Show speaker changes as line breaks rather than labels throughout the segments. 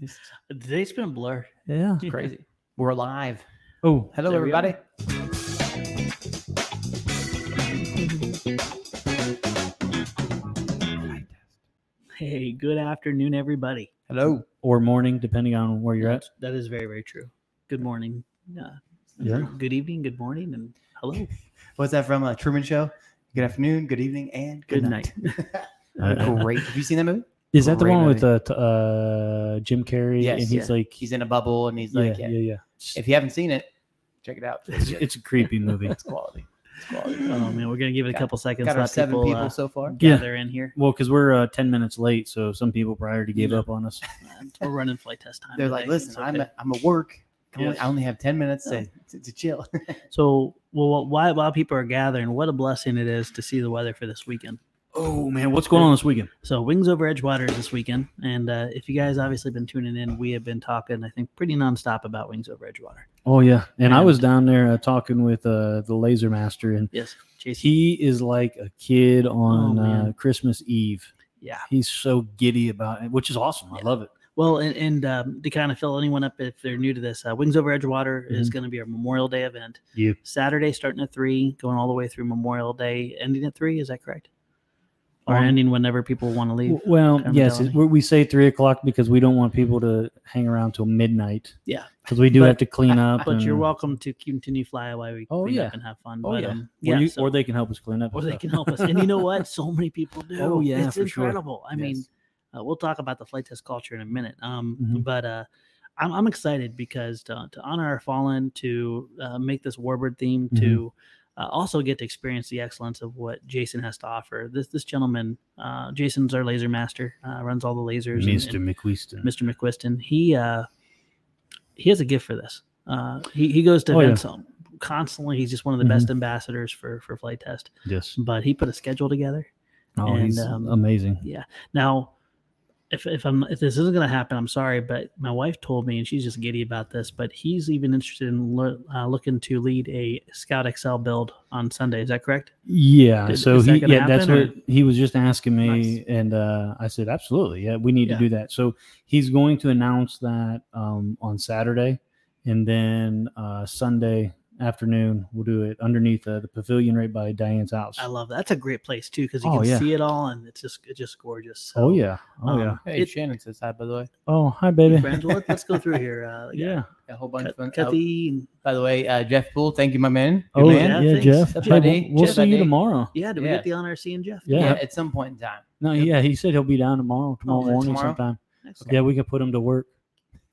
It's
The day's been a blur.
yeah.
Crazy. We're live.
Oh,
Hello,
there we are.
everybody. Hey, good afternoon, everybody.
Hello. Or morning, depending on where you're at.
That is very, very true. Good morning. Uh,
Yeah.
Good evening. Good morning. And hello.
What's that from? Uh, Truman Show. Good afternoon, good evening, and
Good night.
Uh,
Great. Have you seen that movie?
Is that the
Great
one with
movie.
uh, t- uh, Jim Carrey?
Yes,
and he's like,
He's in a bubble and he's like,
yeah,
yeah.
yeah, yeah.
if you haven't seen it, check it out.
It's, it's a creepy movie.
It's quality. It's quality.
Oh, man. We're going to give it a
Got-
couple seconds.
Got our
let
seven people,
uh,
so far.
Yeah.
gather in here.
Well, because we're uh, 10 minutes late, so some people prior to gave
Yeah.
up on us.
Uh, We're running flight test time.
They're
today.
like,
It's
listen, I'm
okay.
at, I'm at work. I only-
Yes.
I only have ten minutes to, to, to chill.
So, well, while, while people are gathering, what a blessing it is to see the weather for this weekend.
Oh, man. What's going on this weekend?
So, Wings Over Edgewater is this weekend. And uh, if you guys obviously been tuning in, we have been talking, I think, pretty nonstop about Wings Over Edgewater.
Oh, yeah. And, I
And-
was down there uh, talking with uh, the Laser Master, and
Yes. JC.
he is like a kid on
Oh, man.
uh, Christmas Eve.
Yeah.
He's so giddy about it, which is awesome. I
Yeah.
love it.
Well, and, and um, to kind of fill anyone up if they're new to this, uh, Wings Over Edgewater is going to be our Memorial Day event.
Yep.
Saturday starting at 3, going all the way through Memorial Day, ending at 3. Is that correct? Or
Um,
ending whenever people want to leave?
W- Well,
kind of
yes, it-
mentality.
we we say three o'clock because we don't want people to hang around till midnight.
Yeah.
because we do
But-
have to clean up.
But you're
and-
welcome to continue fly while we
Oh,
clean
yeah.
up and have fun.
Oh,
but,
yeah.
Um,
Or,
yeah
you-
so-
or they can help us clean up.
or
and
they
stuff.
can help us. And you know what? So many people do.
Oh, yeah,
it's
for sure.
incredible. I mean,
Yes.
uh, we'll talk about the flight test culture in a minute. Um,
Mhm.
but uh, I'm, I'm excited because to, to honor our fallen, to uh, make this Warbird theme,
Mhm.
to uh, also get to experience the excellence of what Jason has to offer. This this gentleman, uh, Jason's our laser master, uh, runs all the lasers. and- and-
McQuiston.
Mr. McQuiston. He uh, he has a gift for this. Uh, he he goes to
Oh, yeah. Mm-hmm.
events um, constantly. He's just one of the best ambassadors for for flight test.
Yes.
But he put a schedule together.
Oh,
And,
he's
um,
amazing.
Now, if if I'm if this isn't gonna happen, I'm sorry, but my wife told me, and she's just giddy about this. But he's even interested in lo- uh, looking to lead a Scout Excel build on Sunday. Is that correct?
Yeah.
is-
so
is that
he,
gonna
yeah, that's
happen, or-
what he was just asking me,
Nice.
and uh, I said, absolutely. Yeah, we need
Yeah.
to do that. So he's going to announce that um, on Saturday, and then uh, Sunday afternoon we'll do it underneath uh, the pavilion right by Diane's house.
I love that. That's a great place too because you
Oh,
can
yeah.
see it all, and it's just it's just gorgeous. So,
oh yeah. Oh
um,
yeah.
Hey,
it-
Shannon says hi, by the way.
Oh hi baby.
Brandon, let, us go through here. Uh,
Yeah.
A whole bunch of fun. oh,
Kathy, and-
by the way, uh, Jeff Poole, thank you, my man. Good
Oh
man.
yeah,
Yeah,
Jeff.
thanks.
Hey, we'll-
Buddy,
we'll
Jeff,
see you
buddy.
tomorrow.
yeah, did we
Yeah.
get the honor of seeing Jeff?
Yeah.
Yeah, at some point in time.
No, yeah, he said he'll be down tomorrow, tomorrow
is it
morning
Oh, tomorrow?
sometime.
Excellent.
Yeah, we could put him to work.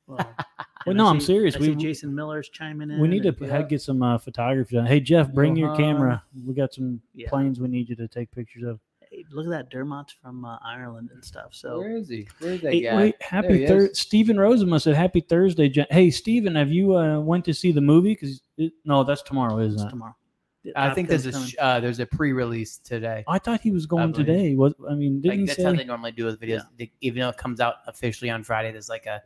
Well,
Well,
and
no,
I
I'm
see-
serious.
I
We-
see Jason Miller's chiming in.
We need to
and-
p-
yeah.
ha- get some uh, photography done. Hey Jeff, bring your
Uh-huh.
camera. We got some
Yeah.
planes we need you to take pictures of.
Hey, look at that Dermont from uh, Ireland and stuff. So
Where is he? Where is that
Hey,
guy?
wait,
There he
happy
is.
Thursday. Stephen Rosema said happy Thursday. Jen- Hey Stephen, have you uh, went to see the movie? Because no, that's tomorrow,
it's
isn't it?
tomorrow. The
I
Top
think
Gun's
there's a
coming.
sh- uh, there's a pre-release today.
I thought he was going
believe-
today. Was I mean? Didn't
like that's
he
how
say?
they normally do with videos. They, even though it comes out officially on Friday, there's like a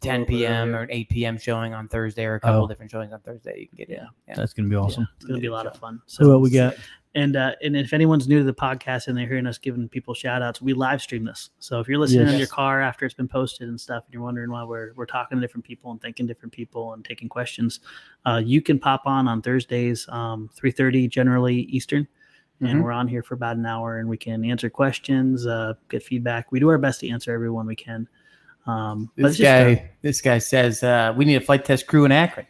10
little bit
p.m.
earlier.
or an 8 p.m. showing on Thursday, or a couple
Oh.
different showings on Thursday. You can get in. Yeah.
That's gonna be awesome.
it's going to be a lot of fun.
So
So
what we got?
and uh, and if anyone's new to the podcast and they're hearing us giving people shout outs, we live stream this. So if you're listening
Yes.
in your car after it's been posted and stuff, and you're wondering why we're we're talking to different people and thanking different people and taking questions, uh, you can pop on on Thursdays, um, three thirty generally Eastern, and
Mhm.
we're on here for about an hour and we can answer questions, uh, get feedback. We do our best to answer everyone we can. Um, but
This
it's just
guy,
a-
this guy says uh, we need a flight test crew in Akron.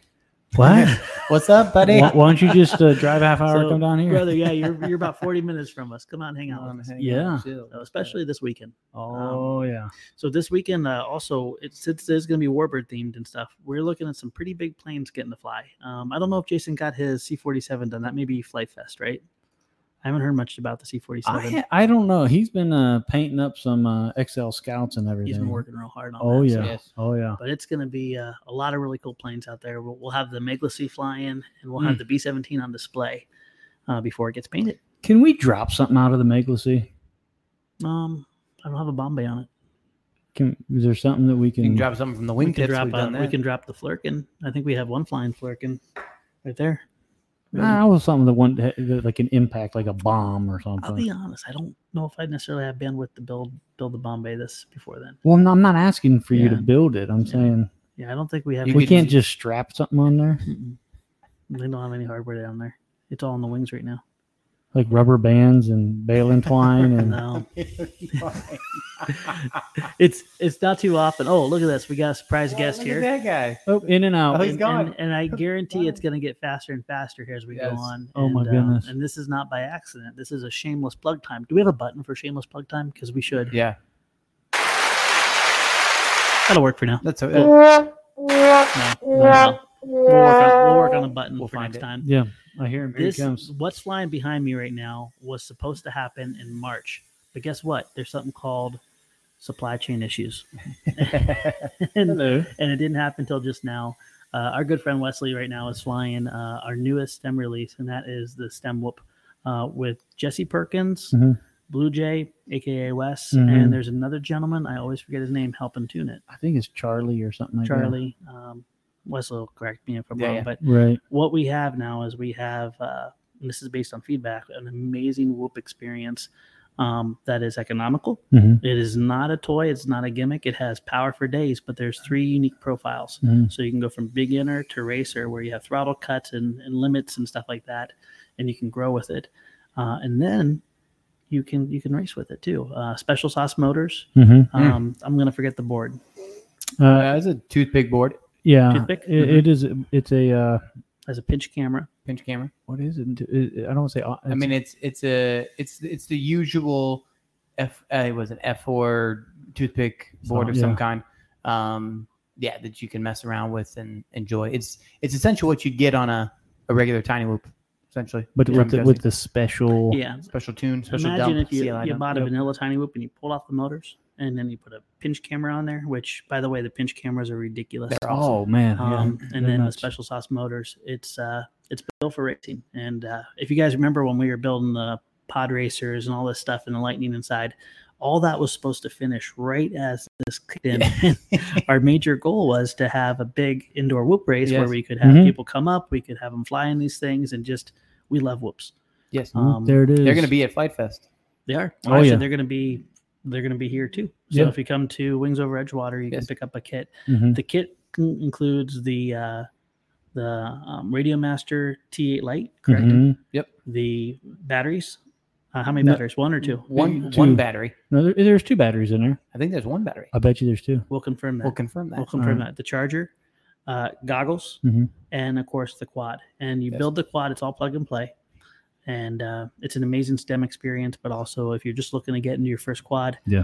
What?
What's up, buddy?
why, why don't you just uh, drive half hour,
So,
come down here?
brother, yeah, you're you're about forty minutes from us. Come on, hang out.
Um,
with us.
hang
Yeah.
on, chill.
So especially this weekend.
oh yeah.
So this weekend, uh, also, it, since there's going to be Warbird themed and stuff, we're looking at some pretty big planes getting to fly. Um, I don't know if Jason got his C-47 done. That may be Flight Fest, right? I haven't heard much about the C-47.
I, I don't know. He's been uh, painting up some uh, XL scouts and everything.
He's been working real hard on.
Oh
that,
yeah.
so-
Yes.
Oh yeah.
But it's going to be uh, a lot of really cool planes out there. We'll, we'll have the Meglisi fly in, and we'll have the B-17 on display uh, before it gets painted.
Can we drop something out of the Meglisi?
Um, I don't have a Bombay on it.
Can is there something that we can?
You can drop something from the
we can
wingtips.
drop
We've done
uh,
that.
we can drop the Flurkin. I think we have one flying Flurkin right there.
Nah, it was something that one that- like an impact, like a bomb or
I'll be
something.
honest. I don't know if I necessarily have bandwidth to build build the Bombay this before then.
Well, I'm not, I'm not asking for you to
Yeah.
build it. I'm
Yeah.
saying
Yeah, I don't think we have.
You
we
could-
can't just strap something on there
Mm-mm. They don't have any hardware down there. It's all on the wings right now.
like rubber bands and baling twine
Mm.
and
No,
Guest
it's it's not too often. Oh, look at this. We got a surprise guest here.
Oh, That guy.
oh, in and out.
Oh, he's
and,
gone.
and, and I guarantee it's going to get faster and faster here as we
Yes.
go on.
Oh, my
And, um,
goodness.
and this is not by accident. This is a shameless plug time. Do we have a button for shameless plug time? Because we should.
Yeah,
That'll work for now.
that's a, uh,
No, no, no. We'll, work on, we'll work on a button
We'll
for
find
next
it.
time.
Yeah, I hear him. Here he
This
comes.
what's flying behind me right now was supposed to happen in March, but guess what? There's something called supply chain issues, and
Hello.
and it didn't happen until just now. Uh, our good friend Wesley right now is flying uh, our newest STEM release, and that is the STEM Whoop uh, with Jesse Perkins,
Mm-hmm.
Mhm.
Blue Jay, aka Wes,
Mhm.
and there's another gentleman I always forget his name helping tune it.
I think it's Charlie or something like
Charlie. Um, Wesley will correct me if I'm
Yeah,
wrong,
yeah.
but
that. Right.
what we have now is we have, uh, and this is based on feedback, an amazing Whoop experience um, that is economical.
Mhm.
It is not a toy. It's not a gimmick. It has power for days, but there's three unique profiles.
Mhm.
So you can go from beginner to racer, where you have throttle cuts and, and limits and stuff like that, and you can grow with it. Uh, and then you can you can race with it too. Uh, special sauce motors.
Mhm.
Mm.
Um, I'm gonna forget the board.
Uh,
that's a toothpick board,
yeah,
Toothpick?
it- it is. It's a uh,
Has a pinch camera.
pinch camera.
what is it? It- I don't want to say. uh,
I
it's-
mean, it's it's a it's it's the usual F. Uh, it was an F four toothpick board
So-
of some
yeah.
kind. Um, yeah, that you can mess around with and enjoy. It's it's essentially what you'd get on a, a regular tiny loop, essentially.
but
is what
with the,
I'm
with
guessing.
the special.
Yeah.
special tune, special
Imagine
dump,
if you,
CLI
you
dump.
bought a
Yep.
vanilla tiny whoop and you pulled off the motors, and then you put a pinch camera on there. Which, by the way, the pinch cameras are ridiculous.
They're awesome.
Oh man. yeah.
um, and
They're
then the
nuts.
special sauce motors. It's uh, it's built for racing. And uh, if you guys remember when we were building the pod racers and all this stuff and the lightning inside, all that was supposed to finish right as this kicked in. Our major goal was to have a big indoor whoop race where
Yes.
we could have
Mhm.
people come up, we could have them fly in these things, and just we love whoops.
yes,
Mm,
um,
there it is.
they're going to be at Flight Fest.
They are.
Oh,
Actually,
yeah.
they're going to be they're going to be here too. So
Yeah.
if you come to Wings Over Edgewater, you can
Yes.
pick up a kit.
Mhm.
The kit con- includes the uh, the um, Radio Master T8 light, correct?
Mhm.
The batteries. Uh, how many
No.
batteries? One or two?
One
Two.
one battery.
No, there, there's two batteries in there.
I think there's one battery.
I bet you there's two.
We'll confirm that.
We'll confirm that.
We'll confirm
Alright.
that. The charger, uh, goggles,
Mhm.
and of course the quad. And you
Yes.
build the quad. It's all plug and play. And uh, it's an amazing STEM experience, but also if you're just looking to get into your first quad,
Yeah.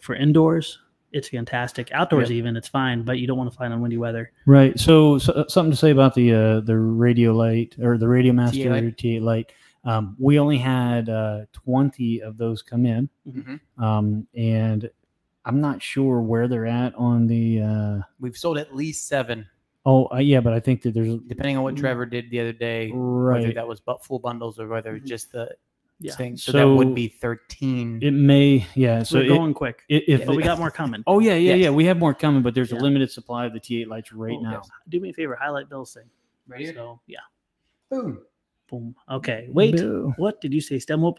for indoors, it's fantastic. Outdoors, even it's fine, but you don't want to fly in windy weather.
Right. So, so something to say about the uh, the radio light or the radio master
TA light.
T8 light. Um, we only had uh, 20 of those come in.
Mhm.
um, and I'm not sure where they're at on the. Uh,
We've sold at least seven,
oh, uh, yeah, but I think that there's
depending on what
Mm-hmm.
Trevor did the other day. Whether
right.
that was but full bundles or whether it was just the
Yeah.
thing. So, that
So-
would be thirteen.
It may, yeah. So
We're
it,
going quick,
it- if
but we got more coming.
Oh yeah, yeah,
Yes.
yeah. We have more coming, but there's
Yeah.
a limited supply of the T8 lights right
Oh,
now.
yes. Do me a favor, highlight Bill's thing.
Right here?
So yeah,
Boom.
boom. Okay, wait.
Boo.
What did you say? Stem whoop.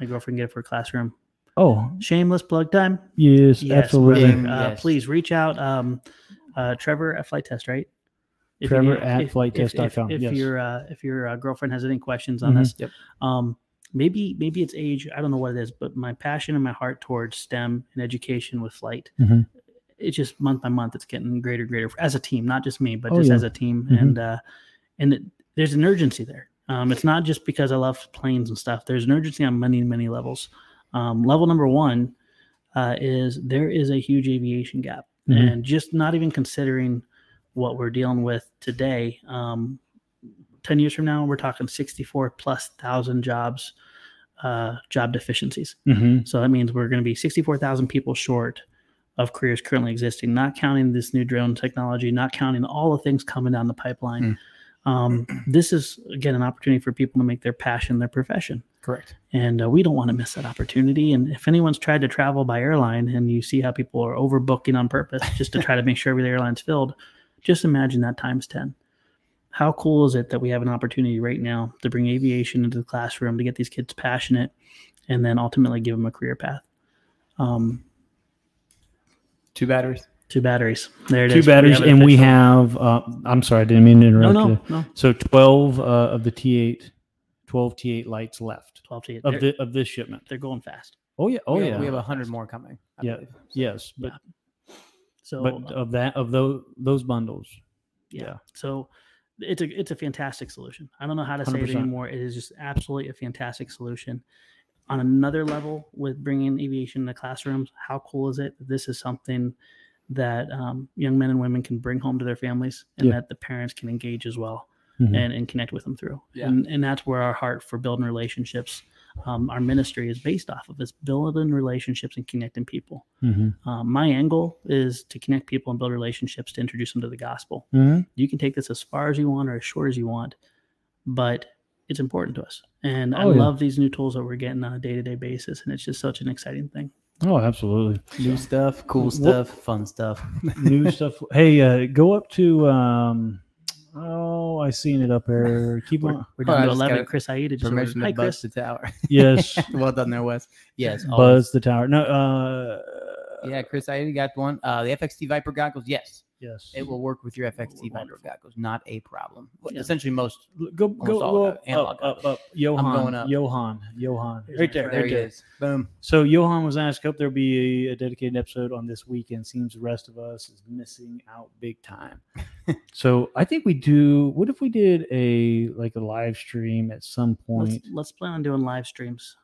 My girlfriend get it for classroom.
Oh
Shameless plug time.
yes,
Yes,
absolutely.
brother. Uh,
Yes.
Please reach out. Um, uh, Trevor at flight test, right? If you
Trevor
need-
at
if-
flighttest.com,
If, if, if
yes.
your uh, if your uh, girlfriend has any questions on
Mhm.
this,
Yep.
um, maybe maybe it's age. I don't know what it is, but my passion and my heart towards STEM and education with flight.
Mhm.
It's just month by month, it's getting greater, greater as a team, not just me, but
Oh,
just
yeah.
as a team.
Mhm.
And uh, and it, there's an urgency there. Um, it's not just because I love planes and stuff. There's an urgency on many, many levels. Um, level number one uh, is there is a huge aviation gap,
Mhm.
and just not even considering what we're dealing with today. Um, Ten years from now, we're talking sixty-four plus thousand jobs, uh, job deficiencies.
Mhm.
So that means we're going to be 64,000 people short of careers currently existing, not counting this new drone technology, not counting all the things coming down the pipeline. Um, this is, again, an opportunity for people to make their passion their profession.
Correct.
And uh, we don't want to miss that opportunity. And if anyone's tried to travel by airline and you see how people are overbooking on purpose just to try to make sure every airline's filled, just imagine that times 10. how cool is it that we have an opportunity right now to bring aviation into the classroom to get these kids passionate and then ultimately give them a career path? Um,
Two batteries.
two batteries. There it is.
Two batteries,
have it
and we
official.
have. Uh, I'm sorry, I didn't mean to
no,
interrupt. you.
no, no.
So 12 uh, of the T8, 12 T8 lights left
Twelve to eight.
of
They're,
the of this shipment.
they're going fast.
Oh yeah, oh
We have-
yeah,
We have a hundred more coming. I
Yeah.
believe.
yes, but
So uh,
but of that of those those bundles,
yeah.
Yeah.
So it's a it's a fantastic solution. I don't know how to say it
100%.
anymore. It is just absolutely a fantastic solution. On another level, with bringing aviation in the classrooms, how cool is it? that This is something that um, young men and women can bring home to their families, and
Yeah.
that the parents can engage as well
Mhm.
and, and connect with them through.
Yeah.
And and that's where our heart for building relationships, um, our ministry is based off of is building relationships and connecting people.
Mhm.
Um, my angle is to connect people and build relationships to introduce them to the gospel
Mhm.
you can take this as far as you want or as short as you want, but it's important to us. And I
Oh, yeah.
love these new tools that we're getting on a day to day basis. And it's just such an exciting thing.
oh absolutely,
New stuff, cool
Wha-
stuff, fun stuff.
new stuff. Hey, uh, go up to. um Oh, I seen it up there. Keep on.
We're
Down to
down to
11,
got
Chris Aida just ordered-
Permission
Hi,
to buzz
Chris.
the tower.
Yes,
well done there, Wes. Yes. always.
Buzz the Tower. No, uh,
Yeah, Chris, I got one. Uh, the FXT Viper goggles, yes.
yes.
It will work with your FXT Viper
Wonderful.
goggles. Not a problem. Well,
Yeah.
Essentially, most.
Go go,
all
go up,
of it. Analog
up up up. Johan,
going up.
Johan, Johan.
Here's
Right
my
there,
friend.
There
right
he
there.
is. Boom.
So Johan was asked, "Hope there'll be a, a dedicated episode on this weekend." Seems the rest of us is missing out big time. so I think we do. What if we did a like a live stream at some point?
Let's, let's plan on doing live streams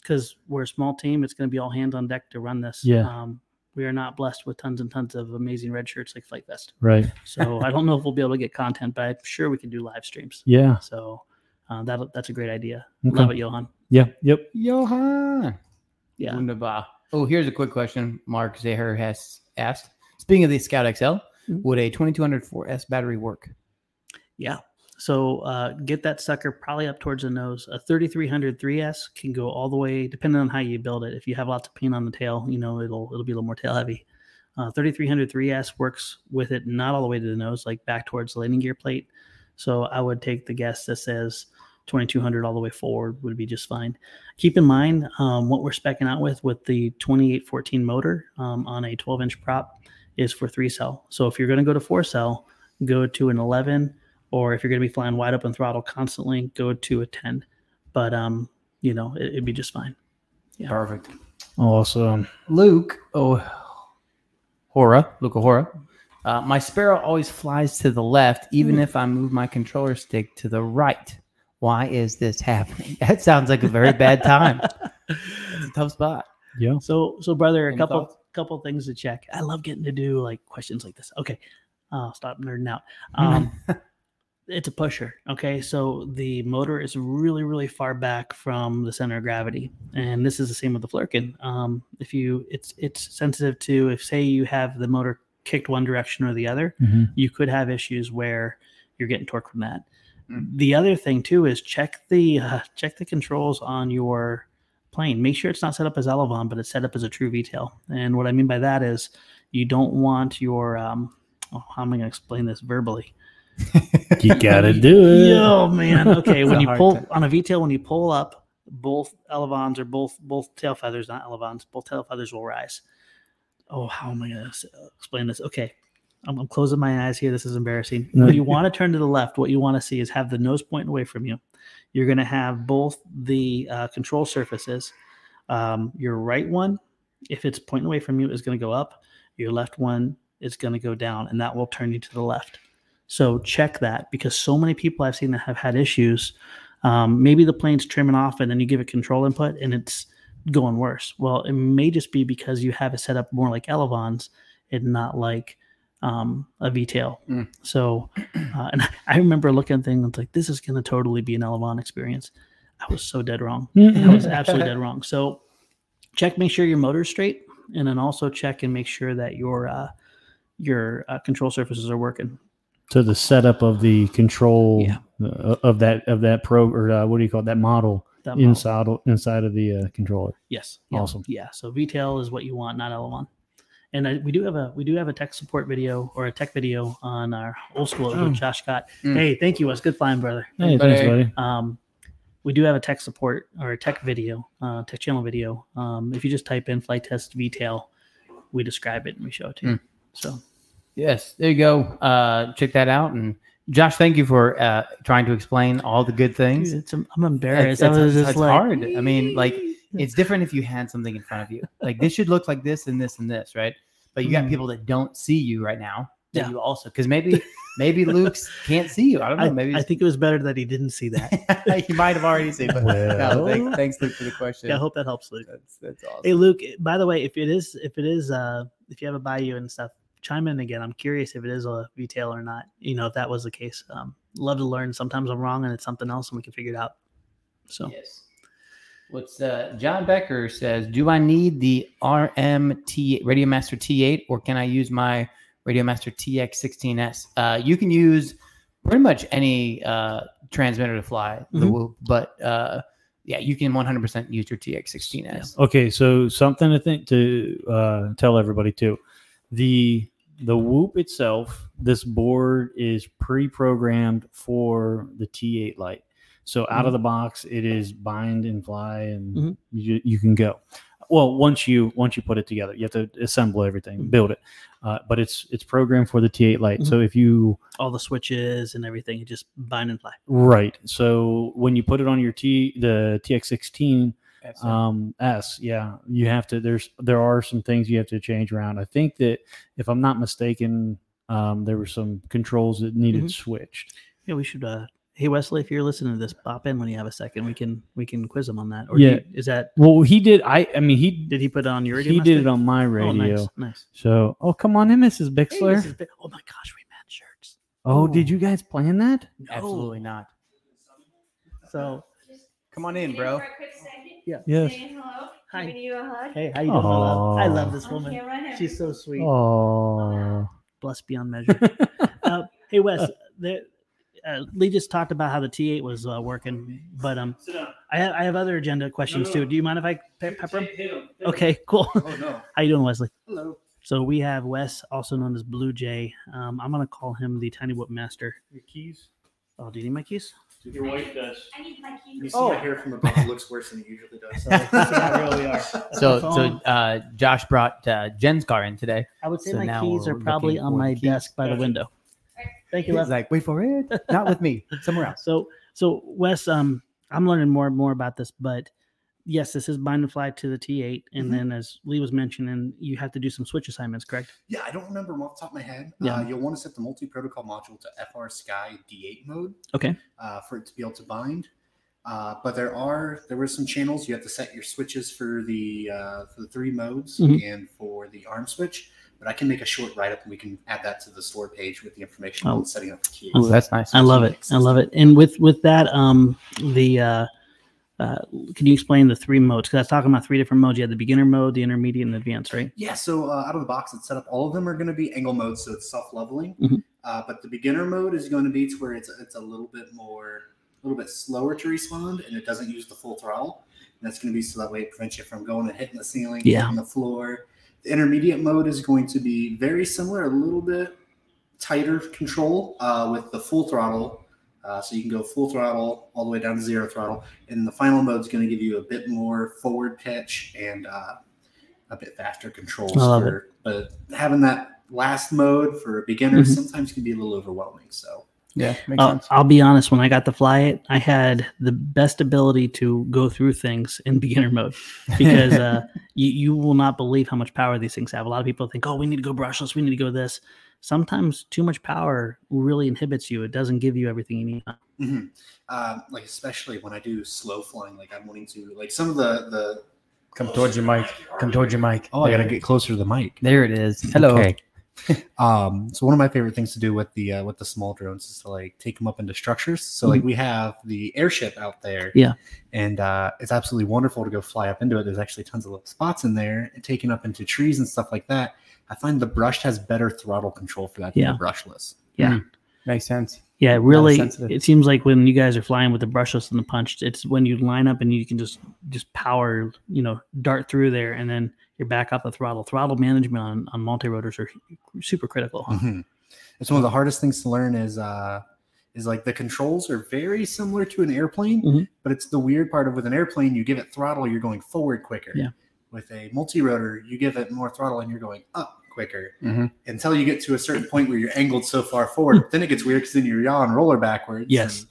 because we're a small team. It's going to be all hands on deck to run this.
Yeah.
Um, we are not blessed with tons and tons of amazing red shirts like Flight Vest.
Right?
So I don't know if we'll be able to get content, but I'm sure we can do live streams.
Yeah.
So uh, that, that's a great idea.
Okay.
Love it, Johan.
Yeah. Yep.
Johan.
Yeah.
Wunderbar. Oh, here's a quick question Mark Zaher has asked. Speaking of the Scout XL,
Mhm.
would a 2200 4S battery work?
Yeah. So uh, get that sucker probably up towards the nose. A 3300 3S can go all the way, depending on how you build it. If you have lots of paint on the tail, you know it'll it'll be a little more tail heavy. Uh, 3300 3S works with it not all the way to the nose, like back towards the landing gear plate. So I would take the guess that says 2200 all the way forward would be just fine. Keep in mind um, what we're specking out with with the 2814 motor um, on a 12 inch prop is for three cell. So if you're going to go to four cell, go to an 11 or if you're going to be flying wide open throttle constantly, go to a 10. But um, you know, it, it'd be just fine. Yeah.
Perfect.
Awesome.
Luke, oh, Hora, Luke Hora. Uh, my sparrow always flies to the left, even if I move my controller stick to the right. Why is this happening? That sounds like a very bad time. It's a tough spot.
Yeah.
So, so brother, a
Any
couple
thoughts?
couple things to check. I love getting to do like questions like this. Okay, uh, stop nerding out.
Mm-hmm.
Um, it's a pusher. Okay, so the motor is really really far back from the center of gravity, and this is the same with the Flurkin. Um, if you, it's it's sensitive to if say you have the motor kicked one direction or the other,
Mhm.
you could have issues where you're getting torque from that.
Mm.
The other thing too is check the uh, check the controls on your plane. Make sure it's not set up as Elevon, but it's set up as a true VTail. And what I mean by that is you don't want your um, oh, how am I going to explain this verbally?
You gotta do it.
Oh man, okay.
It's
when
a
you
hard
pull
time.
on a VTail, when you pull up, both elevons or both both tail feathers, not elevons, both tail feathers will rise. Oh, how am I going to explain this? Okay, I'm, I'm closing my eyes here. This is embarrassing.
No.
When you want to turn to the left, what you want to see is have the nose pointing away from you. You're going to have both the uh, control surfaces. Um, your right one, if it's pointing away from you, is going to go up. Your left one is going to go down, and that will turn you to the left. So check that because so many people I've seen that have had issues. Um, maybe the plane's trimming off, and then you give it control input, and it's going worse. Well, it may just be because you have it set up more like Elevons and not like um, a VTail.
Mm.
So, uh, and I remember looking at things like this is going to totally be an Elevon experience. I was so dead wrong. I
Mm-hmm.
was absolutely dead wrong. So check, make sure your motor's straight, and then also check and make sure that your uh, your uh, control surfaces are working.
to the setup of the control
Yeah.
uh, of that of that pro or uh, what do you call it, that model
That model.
inside inside of the uh, controller.
Yes.
Awesome.
Yeah. So VTail is what you want, not Elevon. And I, we do have a we do have a tech support video or a tech video on our old school with Josh Scott.
Mm.
Hey, thank you. Wes. good flying, brother.
Hey, thanks,
Buddy.
buddy.
Um, we do have a tech support or a tech video, uh, tech channel video. Um, if you just type in flight test VTail, we describe it and we show it to you. So
Yes, there you go. Uh, check that out. And Josh, thank you for uh, trying to explain all the good things.
dude, it's, I'm
It's,
embarrassed.
it's-
I was just
it's
like,
hard. I mean, like it's different if you had something in front of you. Like this should look like this and this and this, right? But you got
Mm.
people that don't see you right now. that
Yeah.
You also because maybe maybe Luke's can't see you. I don't know.
I,
Maybe
I think it was better that he didn't see that.
you might have already seen. But no,
Well.
thanks, thanks, Luke, for the question.
Yeah, I hope that helps, Luke.
that's that's awesome.
Hey, Luke. By the way, if it is, if it is, uh, if you have a Bayou and stuff, chime in again. I'm curious if it is a VTail or not. You know, if that was the case, um, love to learn. Sometimes I'm wrong and it's something else, and we can figure it out. So
Yes. What's uh, John Becker says? Do I need the RMT Radio Master T8, or can I use my Radio Master TX16S? Uh, you can use pretty much any uh, transmitter to fly the
Mhm.
Whoop, but uh, yeah, you can 100% use your TX16S.
Okay, so something to think to uh, tell everybody too. The the Whoop itself, this board is pre-programmed for the T8 light. So out of the box, it is bind and fly, and
Mhm.
you, you can go. Well, once you once you put it together, you have to assemble everything,
Mhm.
build it. Uh, but it's it's programmed for the T8 light. So if you
all the switches and everything, you just bind and fly.
right, so when you put it on your T the TX16,
That's it.
um s yeah you have to there's there are some things you have to change around i think that if i'm not mistaken um there were some controls that needed
Mhm.
switched
Yeah, we should. uh Hey, Wesley, if you're listening to this, pop in when you have a second. We can we can quiz him on that. Or do
Yeah.
you, is that
well he did i i mean he
did he put it on your radio?
he did
master?
it on my
Oh,
radio
nice, nice.
so oh come on in mrs
Hey,
bixler
this is big- oh my gosh, we match shirts.
oh did you guys plan that
No.
Absolutely not.
So
Come on in,
Sitting
bro.
For a quick second,
yes
Saying hello.
Hi.
Giving you a hug.
hey, how you doing? my love? I love this
On
woman.
camera and
She's so sweet.
oh
blessed beyond measure. uh, hey Wes, there, uh, Lee just talked about how the T8 was uh, working, but um, I have I have other agenda questions
no,
too. Do you mind if I pe- pepper them? Okay, cool.
Oh no.
how you doing, Wesley?
Hello.
So we have Wes, also known as Blue Jay. Um, I'm gonna call him the Tiny Whip Master.
your keys
Oh, do you need my keys?
your
wife
does
everything. I need my
You
keys.
see
Oh.
my hair from above looks worse than it usually does.
So, this is how real we are.
So so
Phone.
uh, Josh brought uh, Jen's car in today.
I would say
so
my
now
keys
we're
are probably
looking
on
for
my
the keys.
desk by the
Gotcha.
window. Thank you,
He's
love.
like, wait for it. Not with me. Somewhere else.
So so Wes, um, I'm learning more and more about this, but yes, this is bind and fly to the T8, and
Mhm.
then as Lee was mentioning, you have to do some switch assignments, correct?
Yeah, I don't remember them off the top of my head.
Yeah.
Uh, you'll want to set the multi protocol module to FR Sky D8 mode
Okay.
uh, for it to be able to bind. Uh, but there are there were some channels you have to set your switches for the uh, for the three modes
Mhm.
and for the arm switch. But I can make a short write up and we can add that to the store page with the information
Oh.
on setting up the keys.
Ooh, that's nice.
I love it. I love it. And with with that, um, the uh, uh, can you explain the three modes? Because I was talking about three different modes. You had the beginner mode, the intermediate, and advanced, right?
Yeah, so uh, out of the box, it's set up. All of them are going to be angle mode, so it's self leveling.
Mhm.
Uh, but the beginner mode is going to be to where it's it's a little bit more, a little bit slower to respond, and it doesn't use the full throttle. And that's going to be so that way it prevents you from going and hitting the ceiling,
Yeah.
hitting the floor. The intermediate mode is going to be very similar, a little bit tighter control uh, with the full throttle. Uh, so you can go full throttle all the way down to zero throttle, and the final mode is going to give you a bit more forward pitch and uh, a bit faster controls.
I love
for, But having that last mode for beginners
Mhm.
sometimes can be a little overwhelming. So
Yeah, makes
Uh, I'll be honest. When I got to fly it, I had the best ability to go through things in beginner mode because uh, you you will not believe how much power these things have. A lot of people think, oh, we need to go brushless, we need to go this. Sometimes too much power really inhibits you. It doesn't give you everything you need.
Mhm. Um, like especially when I do slow flying, like I'm wanting to like some of the the
Come towards your mic. Come towards your mic.
oh I gotta get closer to the mic.
There it is. Hello.
Okay. Um, so one of my favorite things to do with the uh, with the small drones is to like take them up into structures. So like we have the airship out there,
Mm-hmm. Yeah.
and uh, it's absolutely wonderful to go fly up into it. There's actually tons of little spots in there, and taken up into trees and stuff like that. I find the brushed has better throttle control for that
Yeah.
than the brushless.
Makes sense.
Yeah, really.
sensitive.
It seems like when you guys are flying with the brushless and the punched, it's when you line up and you can just just power, you know, dart through there, and then you're back up the throttle. Throttle management on on multi rotors are super critical. huh?
Mhm. It's one of the hardest things to learn is uh is like the controls are very similar to an airplane,
Mhm.
but it's the weird part of with an airplane you give it throttle, you're going forward quicker.
Yeah.
With a multi-rotor, you give it more throttle and you're going up quicker
Mm-hmm.
Mhm.
until you get to a certain point where you're angled so far forward. then it gets weird because then you're yawing roller backwards.
Hmm. Yes.
and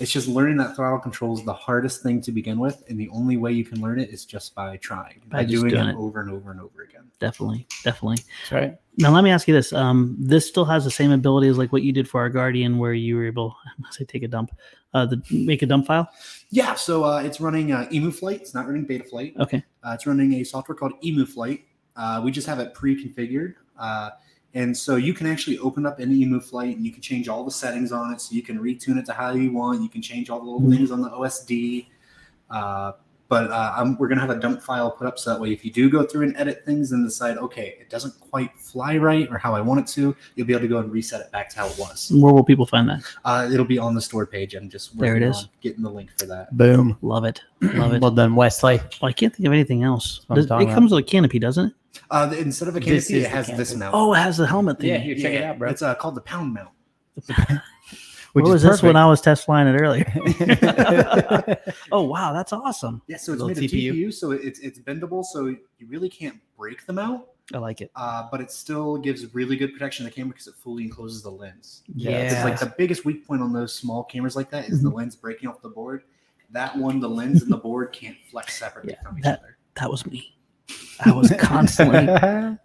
It's just learning that throttle control is the hardest thing to begin with, and the only way you can learn it is just by trying,
By
by,
just
doing,
doing
it,
it.
over and over and over again.
Definitely, definitely.
That's right.
Now let me ask you this: um, this still has the same ability as like what you did for our guardian, where you were able, I must say, take a dump, uh, the make a dump file.
Yeah, so uh, it's running uh, Emu Flight. It's not running Beta Flight.
Okay,
Uh, it's running a software called Emu Flight. Uh, we just have it pre-configured, uh, and so you can actually open up an Emu Flight and you can change all the settings on it. So you can retune it to how you want. You can change all the
Mm-hmm.
little things on the OSD. Uh, but uh, I'm, we're gonna have a dump file put up so that way, if you do go through and edit things and decide, okay, it doesn't quite fly right or how I want it to, you'll be able to go and reset it back to how it was.
where will people find that?
Uh, it'll be on the store page. I'm just
Mm. There it
working
is.
on getting the link for that.
Boom.
Love it, love it.
Well done, Wesley.
Well, I can't think of anything else.
what I'm
Does- it
talking about.
comes with a canopy, doesn't it?
Uh, the- instead of a
This
canopy,
is
it
the
has this
canopy.
mount.
Oh, it has the helmet thing.
Yeah, here, check it out, bro.
It's uh, called the pound mount.
Which
What was
is
this when
perfect.
I was test flying it earlier? oh wow, that's awesome.
Yeah, so it's
Little
made of
TPU.
TPU, so it's it's bendable, so you really can't break them out,
I like it.
uh, but it still gives really good protection to the camera because it fully encloses the lens.
Yeah. Mm-hmm.
It's like the biggest weak point on those small cameras like that is the lens breaking off the board. That one, the lens and the board can't flex separately
Yeah,
from each
that-
other.
That was me. I was constantly. It's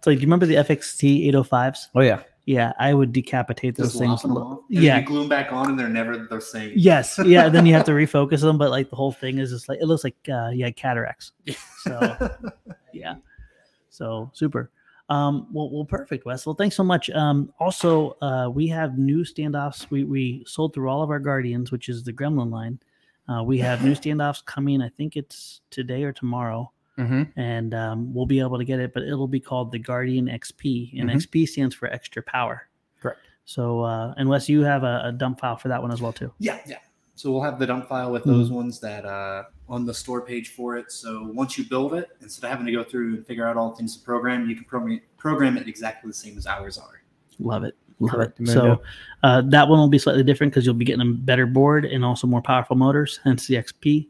like, do you remember the FXT 805s?
oh yeah.
Yeah, I would decapitate those
Just
things.
lopping them off. And then
Yeah.
you glue them back on, and they're never the same.
Yes, yeah. Then you have to refocus them, but like the whole thing is just like it looks like uh, you had cataracts. So yeah, so super. Um, well, well, perfect, Wes. Well, thanks so much. Um, also, uh, we have new standoffs. We we sold through all of our guardians, which is the Gremlin line. Uh, we have new standoffs coming. I think it's today or tomorrow
Mm-hmm.
and um, we'll be able to get it, but it'll be called the Guardian XP, and
Mhm.
XP stands for extra power.
Correct.
So, uh, unless you have a, a dump file for that one as well, too.
Yeah, yeah. So we'll have the dump file with
Mm-hmm.
those ones that uh, on the store page for it. So once you build it, instead of having to go through and figure out all the things to program, you can program program it exactly the same as ours are.
Love it. Love
Correct,
it.
Amanda.
So, uh, that one will be slightly different because you'll be getting a better board and also more powerful motors, hence the XP.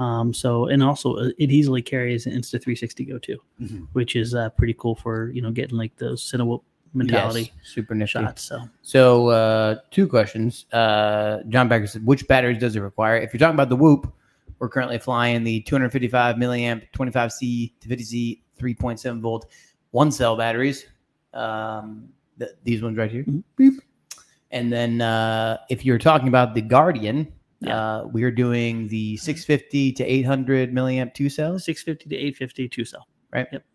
Um, so, and also uh, it easily carries an Insta 360 Go too,
Mhm.
which is uh, pretty cool for you know getting like those Cinewhoop mentality
Super nifty.
shots. So,
So, uh, two questions. Uh, John Becker said, which batteries does it require? If you're talking about the Whoop, we're currently flying the 255 milliamp 25C to 50C 3.7 volt one cell batteries. Um, th- these ones right here.
Mhm.
Beep. And then uh, if you're talking about the Guardian, uh, we are doing the 650 to 800 milliamp two cells.
650 to 850 two cell.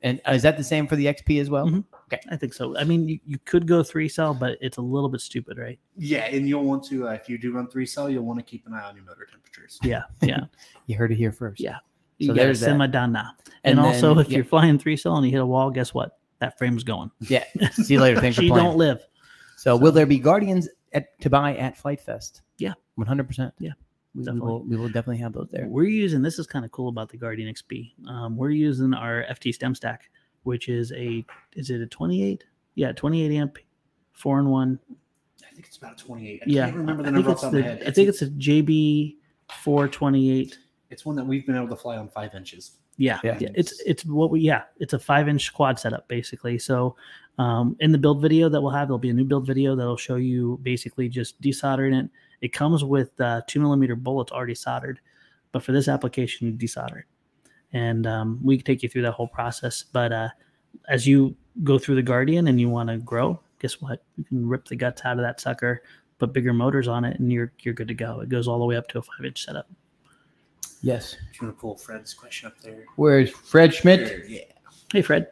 And uh, is that the same for the XP as well?
Mhm. I think so. I mean, you, you could go three cell, but it's a little bit stupid, right?
Yeah, and you'll want to uh, if you do run three cell, you'll want to keep an eye on your motor temperatures.
Yeah, yeah.
You heard it here first.
Yeah.
So
you
there's
there's
that.
semadonna. And, also,
then-
if you're flying three cell and you hit a wall, guess what? That frame's going.
yeah, yeah. see you later. Thanks
she
for playing.
don't live.
So, will there be guardians at, to buy at Flight Fest?
Yeah.
one hundred percent.
Yeah,
we, we
definitely.
will. We will definitely have those there.
We're using this is kind of cool about the Guardian XP. Um, we're using our FT stem stack, which is a is it a 28? Yeah, 28 amp, four in one.
I think it's about a 28. I
yeah,
can't remember
I
the
think
number off
it's
the top
the
of my head.
I think it's a JB 428.
it's one that we've been able to fly on five inches.
Yeah,
Yeah.
yeah, it's it's what we yeah, it's a five inch quad setup basically. So, um, in the build video that we'll have, there'll be a new build video that'll show you basically just desoldering it. It comes with uh, two millimeter bullets already soldered, but for this application, you desolder it, and um, we can take you through that whole process. But uh, as you go through the Guardian and you want to grow, guess what? You can rip the guts out of that sucker, put bigger motors on it, and you're you're good to go. It goes all the way up to a five inch setup.
Yes.
If you want to pull Fred's question up there.
Where's Fred Schmidt?
There, Yeah.
Hey, Fred.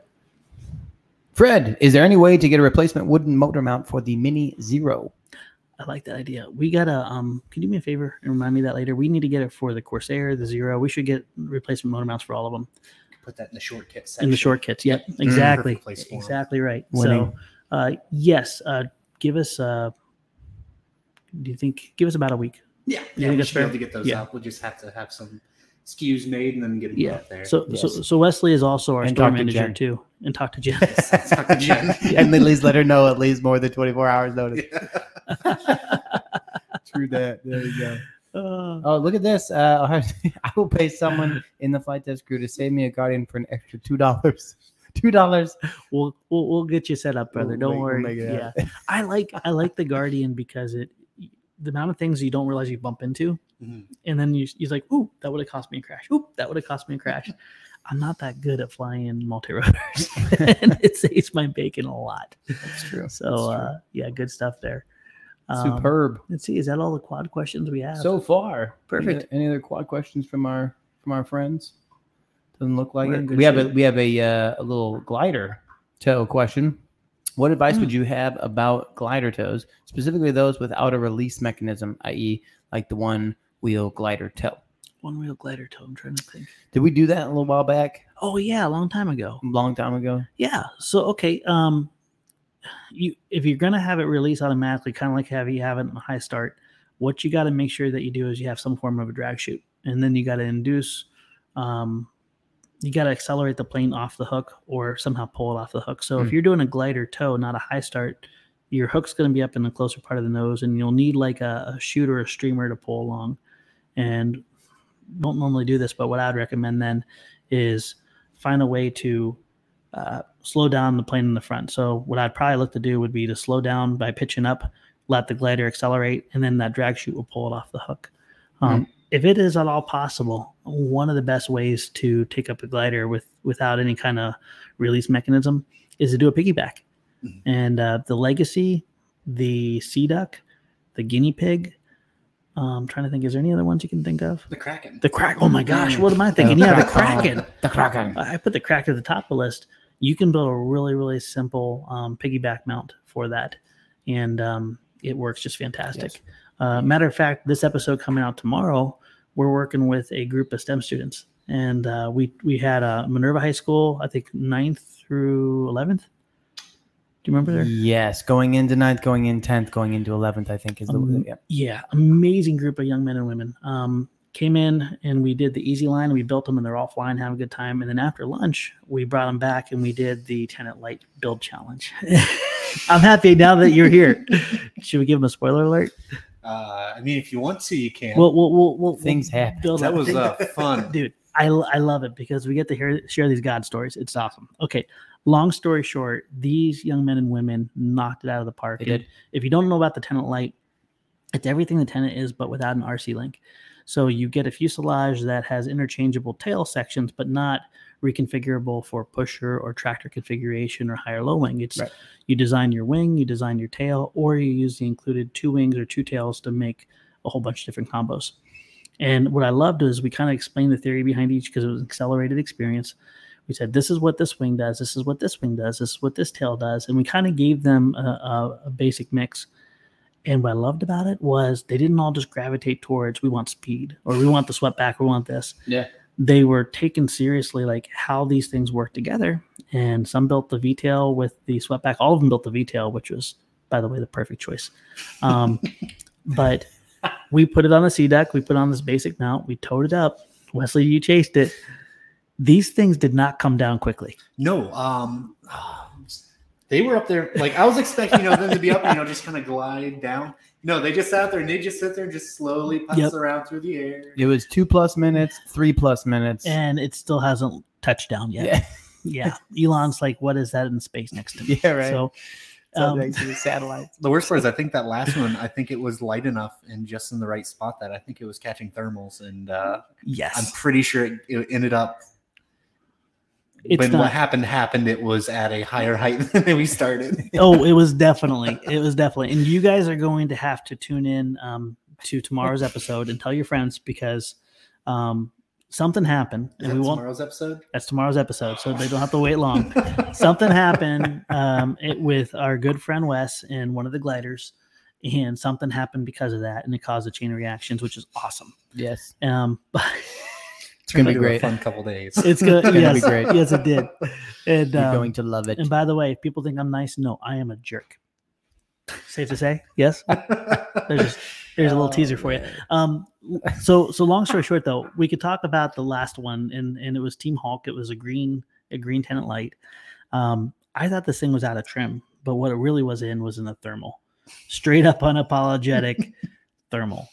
Fred, is there any way to get a replacement wooden motor mount for the Mini Zero?
I like that idea. We gotta um can you do me a favor and remind me that later? We need to get it for the Corsair, the Zero. We should get replacement motor mounts for all of them
Put that in the short kit section.
in the short kits. Yep, exactly. uh,
Perfect place for 'em.
Exactly right.
Winning.
So uh yes, uh give us uh Do you think? Give us about a week.
Yeah,
You
yeah,
think
we
that's
should be able
fair?
to get those
Yeah.
out. We'll just have to have some skews made and then get them
Yeah.
out there.
So, so,
Yes.
so Wesley is also our
And
store
talk to
manager
Jen.
too, and talk to Jen.
Talk to Jen.
and at least let her know at least more than 24 hours notice. True that. There you go.
Uh,
Oh, look at this. Uh, I will pay someone in the flight desk crew to save me a guardian for an extra $2. $2.
we'll, we'll we'll get you set up, brother.
We'll
Don't
make- we'll
worry.
make it
yeah,
happen.
I like I like the Guardian because it the amount of things you don't realize you bump into,
Mhm.
Mm-hmm.
and then you you're like, ooh, that would have cost me a crash. Ooh, that would have cost me a crash. I'm not that good at flying multi rotors, and it saves my bacon a lot.
That's true.
So uh, yeah, good stuff there. Um,
Superb.
Let's see. Is that all the quad questions we have?
so far.
Perfect.
Any, any other quad questions from our from our friends? Doesn't look like
We're in
it.
good
We have a
shape.
we have a uh, a little glider toe question. What advice would you have about glider toes, specifically those without a release mechanism, i.e., like the one wheel glider toe?
one wheel glider toe. I'm trying to think.
Did we do that a little while back,
Oh yeah, a long time ago.
a long time ago?
Yeah. So okay, um, you if you're gonna have it release automatically, kind of like have you have it in a high start, what you got to make sure that you do is you have some form of a drag chute, and then you got to induce, um, you got to accelerate the plane off the hook or somehow pull it off the hook. So if
Hmm.
you're doing a glider toe, not a high start, your hook's gonna be up in the closer part of the nose, and you'll need like a, a chute or a streamer to pull along, and don't normally do this, but what I'd recommend then is find a way to uh, slow down the plane in the front. So what I'd probably look to do would be to slow down by pitching up, let the glider accelerate, and then that drag chute will pull it off the hook. Um, If it is at all possible, one of the best ways to take up a glider with without any kind of release mechanism is to do a piggyback.
Mhm.
And uh, the legacy, the sea duck, the guinea pig. Um, I'm trying to think. Is there any other ones you can think of?
the Kraken.
The crack. Oh my gosh, what am I thinking? Yeah, the Kraken.
The Kraken.
I I put the crack at the top of the list. You can build a really, really simple um, piggyback mount for that, and um, it works just fantastic. Uh, matter of fact, this episode coming out tomorrow, we're working with a group of STEM students, and uh, we we had uh, Minerva High School, I think 9th through eleventh. Do you remember there?
Yes, going into ninth, going in tenth, going into eleventh. I think is the
Um,
yeah.
yeah amazing group of young men and women um, came in and we did the easy line we built them and they're all flying having a good time and then after lunch we brought them back and we did the tenant light build challenge i'm happy now that you're here should we give them a spoiler alert
Uh, I mean, if you want to, you can.
we'll, we'll, we'll, we'll
Things happen.
build
that
up.
was uh, fun.
dude I, I love it because we get to hear share these god stories it's awesome okay long story short these young men and women knocked it out of the park
They
And
did.
if you don't know about the tenant light it's everything the tenant is but without an rc link so you get a fuselage that has interchangeable tail sections but not reconfigurable for pusher or tractor configuration or higher low wing it's
Right.
you design your wing you design your tail or you use the included two wings or two tails to make a whole bunch of different combos and what i loved is we kind of explained the theory behind each because it was an accelerated experience we said this is what this wing does this is what this wing does this is what this tail does and we kind of gave them a, a, a basic mix and what i loved about it was they didn't all just gravitate towards we want speed or we want the swept back we want this
Yeah.
they were taken seriously like how these things work together and some built the v-tail with the swept back all of them built the v-tail which was by the way the perfect choice um, but we put it on the sea deck we put it on this basic mount we towed it up wesley you chased it these things did not come down quickly.
No, um, they were up there. Like I was expecting, you know, them to be up, you know, just kind of glide down. No, they just sat there and they just sit there and just slowly putz
Yep.
around through the air.
It was two plus minutes, three plus minutes.
And it still hasn't touched down yet.
yeah,
Yeah. Elon's like, what is that in space next to me?
yeah, right.
So, um,
Subject to the satellite.
The worst part is, I think that last one, I think it was light enough and just in the right spot that I think it was catching thermals, and uh, I'm
yes.
pretty sure it, it ended up.
It's
when
not-
what happened happened, it was at a higher height than we started.
oh, it was definitely, it was definitely. And you guys are going to have to tune in um, to tomorrow's episode and tell your friends because um, something happened
Is
and we
that
won't.
tomorrow's episode?
That's tomorrow's episode, so they don't have to wait long. Something happened um, it, with our good friend Wes and one of the gliders, and something happened because of that, and it caused a chain of reactions, which is awesome.
Yes,
Um, but
it's gonna be
It'll a
great.
fun couple days.
it's good.
It's gonna
yes,
be great.
yes, it did. And
You're
um,
going to love it.
and by the way, if people think I'm nice, no, I am a jerk. Safe to say, yes. There's just, there's a
Oh,
little teaser for you. Um, so so long story short, though, we could talk about the last one, and and it was Team Hulk. It was a green a green tenant light. Um, I thought this thing was out of trim, but what it really was in was in a thermal, straight up unapologetic thermal,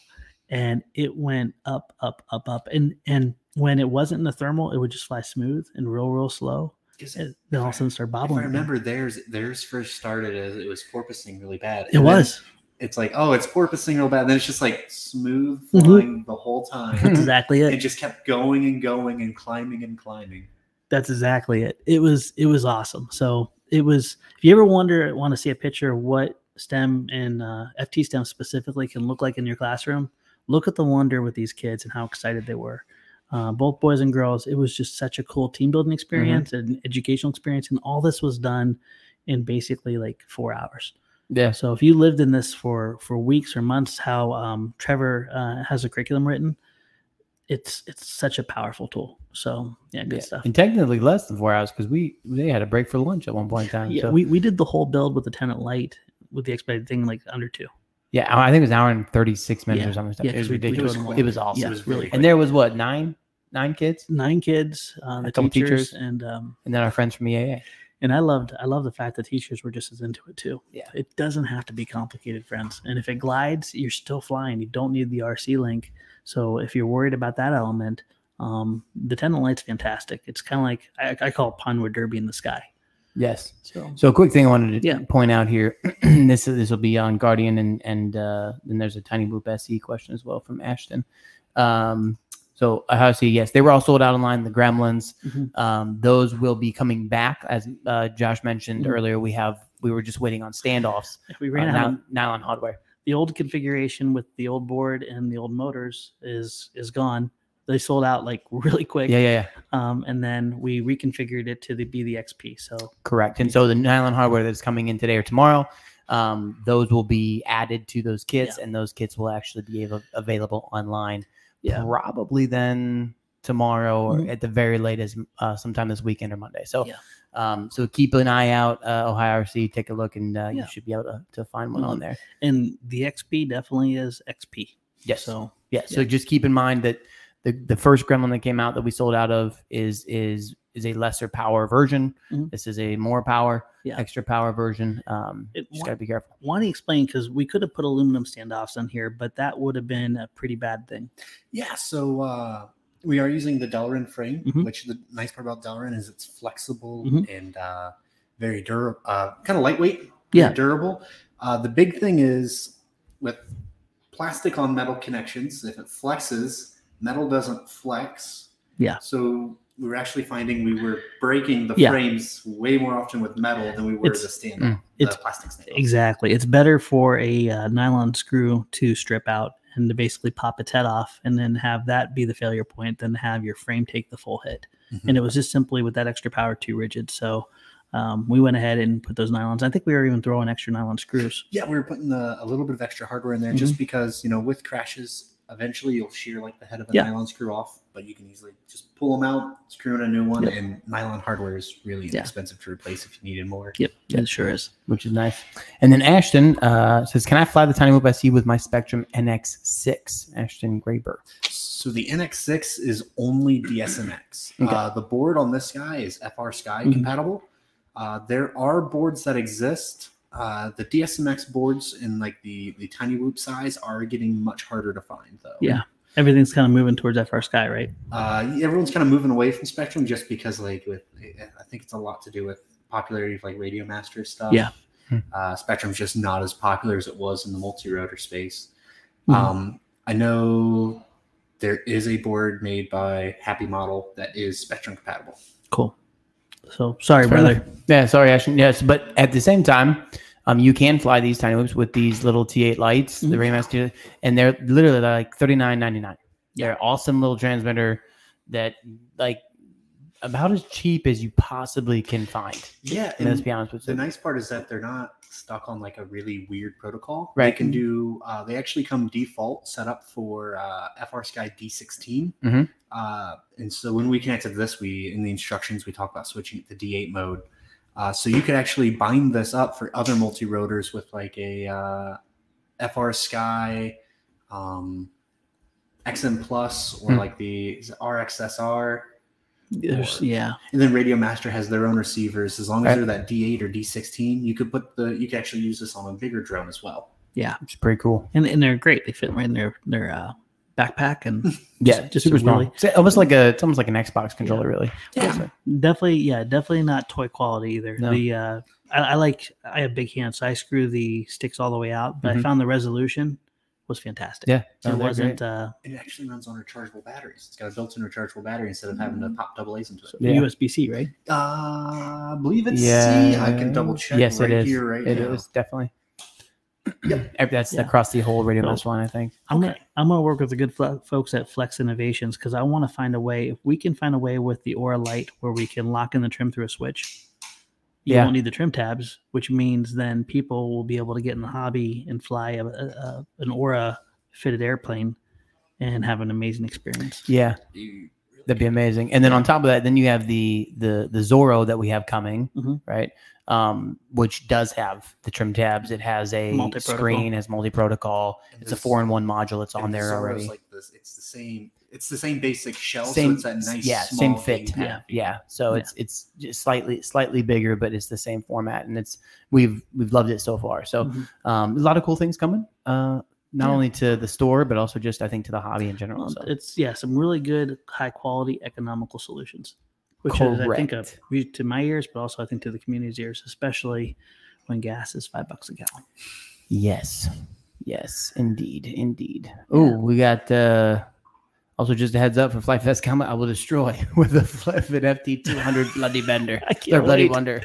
and it went up up up up, and and when it wasn't in the thermal, it would just fly smooth and real real slow. And then all of a sudden, start
If I
bobbling. again.
remember theirs, theirs first started as it was porpoising really bad.
it
And then
was
It's like, oh, it's porpoising real bad. And then it's just like smooth
Mhm.
flying the whole time.
That's exactly it.
it just kept going and going and climbing and climbing.
That's exactly it. It was it was awesome. So it was. If you ever wonder, want to see a picture of what STEM and uh, FT STEM specifically can look like in your classroom, look at the wonder with these kids and how excited they were. Uh, both boys and girls. It was just such a cool team building experience and educational experience, and all this was done in basically like four hours.
Yeah.
So if you lived in this for for weeks or months, how um, Trevor uh, has a curriculum written, it's it's such a powerful tool. So yeah, good
Yeah.
stuff.
And technically less than four hours because we they had a break for lunch at one point in time.
Yeah,
so.
we, we did the whole build with the tenant light with the expedited thing like under two.
yeah, I think it was an hour and thirty six minutes
Yeah.
or something.
Yeah,
it was
'cause we- we did
ridiculous.
it
It
all.
was, awesome.
yeah,
it was
really.
really
And there was what nine nine kids,
Nine kids, uh, the
A couple
teachers,
teachers.
and um,
and then our friends from E EAA.
and I loved I love the fact that teachers were just as into it too.
Yeah.
it doesn't have to be complicated, friends. And if it glides, you're still flying. You don't need the RC link. So if you're worried about that element, um, the tenant light's fantastic. It's kind of like I, I call it Pinewood Derby in the sky.
Yes.
So
So a quick thing I wanted to
Yeah.
point out here. this is, this will be on Guardian and and uh, then there's a tiny loop SE question as well from Ashton. Um, so Ohio State, yes, they were all sold out online. The Gremlins,
Mhm.
um, those will be coming back as uh, Josh mentioned
Mhm.
earlier. We have we were just waiting on standoffs,
if we
uh,
ran out of
nylon, nylon hardware.
the old configuration with the old board and the old motors is is gone. They sold out like really quick.
Yeah, yeah, yeah,
Um, and then we reconfigured it to the be the XP. So
correct. And so the nylon hardware that's coming in today or tomorrow, um, those will be added to those kits, and those kits will actually be av- available online.
yeah,
probably then tomorrow or
Mhm.
at the very latest uh, sometime this weekend or monday so
Yeah.
um, so keep an eye out uh, ohio rc take a look and uh,
Yeah. Mm-hmm.
you should be able to, to find one on there
and the XP definitely is XP.
yes
So
yeah so just keep in mind that the, the first gremlin that came out that we sold out of is is is a lesser power version
Mhm.
this is a more power
Yeah.
extra power version um
It
just
wa-
got to be careful
want to explain because we could have put aluminum standoffs on here, but that would have been a pretty bad thing.
Yeah, so uh, we are using the Delrin frame,
Mhm.
which the nice part about Delrin is it's flexible
Mhm.
and uh, very durable, uh, kind of lightweight,
Yeah.
very durable. Uh, the big thing is with plastic on metal connections, if it flexes, metal doesn't flex.
Yeah.
So we were actually finding we were breaking the
Yeah.
frames way more often with metal than we were
It's-
the stand,
Mm.
the
it's-
plastic stand.
Exactly. It's better for a uh, nylon screw to strip out and to basically pop its head off and then have that be the failure point than have your frame take the full hit. And it was just simply with that extra power too rigid. So um, we went ahead and put those nylons. I think we were even throwing extra nylon screws.
Yeah, we were putting the, a little bit of extra hardware in there just
Mm-hmm.
because, you know, with crashes, eventually you'll shear like the head of a
Yeah.
nylon screw off, but you can easily just pull them out, screw in a new one,
Yep.
and nylon hardware is really
Yeah.
expensive to replace if you needed more.
Yep, it sure is.
which is nice. And then Ashton uh, says, "Can I fly the Tiny Whoop SE with my Spectrum NX6?" Ashton Graber.
So the NX6 is only DSMX.
Okay.
Uh, the board on this guy is FR Sky
Mhm.
compatible. Uh, there are boards that exist. Uh, the DSMX boards in like the, the tiny whoop size are getting much harder to find though.
Yeah. Everything's kind of moving towards FR Sky, right?
uh, everyone's kind of moving away from Spectrum just because, like, with I think it's a lot to do with popularity of like Radio Master stuff.
Yeah.
Hmm.
uh, Spectrum's just not as popular as it was in the multi-rotor space.
Mhm.
Um, I know there is a board made by Happy Model that is Spectrum compatible.
Cool. So sorry,
Fair
brother.
enough. Yeah, sorry, Ashton. Yes, but at the same time, um, you can fly these Tiny Whoops with these little T8 lights, the
Mhm.
Mm-hmm.
Raymaster, and they're literally like thirty nine ninety nine.
Yeah.
They're awesome little transmitter that like about as cheap as you possibly can find.
Yeah,
And let's be honest with
the
you.
nice part is that they're not stuck on like a really weird protocol. They
Right.
can do. Uh, they actually come default set up for uh, FR Sky D16.
Mhm.
Uh, and so when we connected to this, we in the instructions we talk about switching it to D8 mode. Uh, so you could actually bind this up for other multi-rotors with like a uh, FR Sky, um, XM Plus, or
Hmm.
like the is it RXSR.
There's,
Or-
yeah.
And then Radio Master has their own receivers. As long as
Right.
they're that D8 or D16, you could put the you could actually use this on a bigger drone as well.
It's pretty cool.
And, and they're great. They fit right in their, their uh, backpack and
Yeah,
just
super small.
really-
It's almost like a it's almost like an Xbox controller, really.
Yeah.
Definitely, yeah, definitely not toy quality either.
No.
The uh, I, I like I have big hands, so I screw the sticks all the way out, but I
Mhm.
found the resolution was fantastic.
Yeah,
it
no, they're
wasn't
great.
uh,
It actually runs on rechargeable batteries. It's got a built-in rechargeable battery instead of having to pop double A's into it.
Yeah.
USB C, right?
Uh, I believe it's C.
Yeah.
I can double check.
Yes,
right
it is.
Here, right
It
now.
is, definitely.
Yep.
Eh, That's
Yeah.
across the whole radio
So-
master line, I think.
I'm gonna I'm gonna work with the good fl- folks at Flex Innovations because I want to find a way. If we can find a way with the Aura Light where we can lock in the trim through a switch, you
Yeah.
won't need the trim tabs, which means then people will be able to get in the hobby and fly a, a, a, an Aura fitted airplane and have an amazing experience.
Yeah,
You-
that'd be amazing. And then on top of that, then you have the the the Zorro that we have coming,
Mm-hmm.
Mhm.
right? Um, which does have the trim tabs. It has a
Multi-protocol.
screen, has multi protocol.
and
It's a
there's-
four in one module. It's on
and the
there
Zorro's
already.
Like this, it's the same. It's the same basic shell.
Same-
so it's that nice.
yeah,
small
same fit.
thing.
Yeah.
yeah so
Yeah.
it's it's just slightly slightly bigger but it's the same format and it's we've we've loved it so far so
Mhm.
Mm-hmm.
um, a lot of cool things coming uh
Yeah.
not only to the store but also just i think to the hobby in general
Well,
so
Um, It's yeah, some really good, high quality, economical solutions, which is I think of
Correct.
to my ears, but also I think to the community's ears, especially when gas is five bucks a gallon.
yes yes indeed indeed oh we got uh also just a heads up for flight fest coming i will destroy with a flippin ft 200 bloody bender
I can't
their bloody
wait.
wonder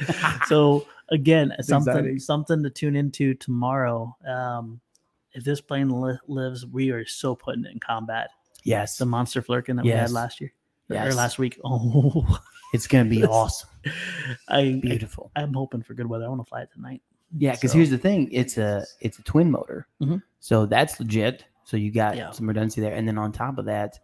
so again, something
exciting.
something to tune into tomorrow. Um, if this plane li- lives, we are so putting it in combat.
yes
The monster flurkin that we
Yes.
had last year or- or
yes
last week. Oh,
it's gonna be
This-
awesome
I, I
beautiful
I'm hoping for good weather. I want to fly it tonight.
Yeah, because
So-
here's the thing: it's a it's a twin motor,
Mhm.
so that's legit. So you got
Yeah.
some redundancy there, and then on top of that,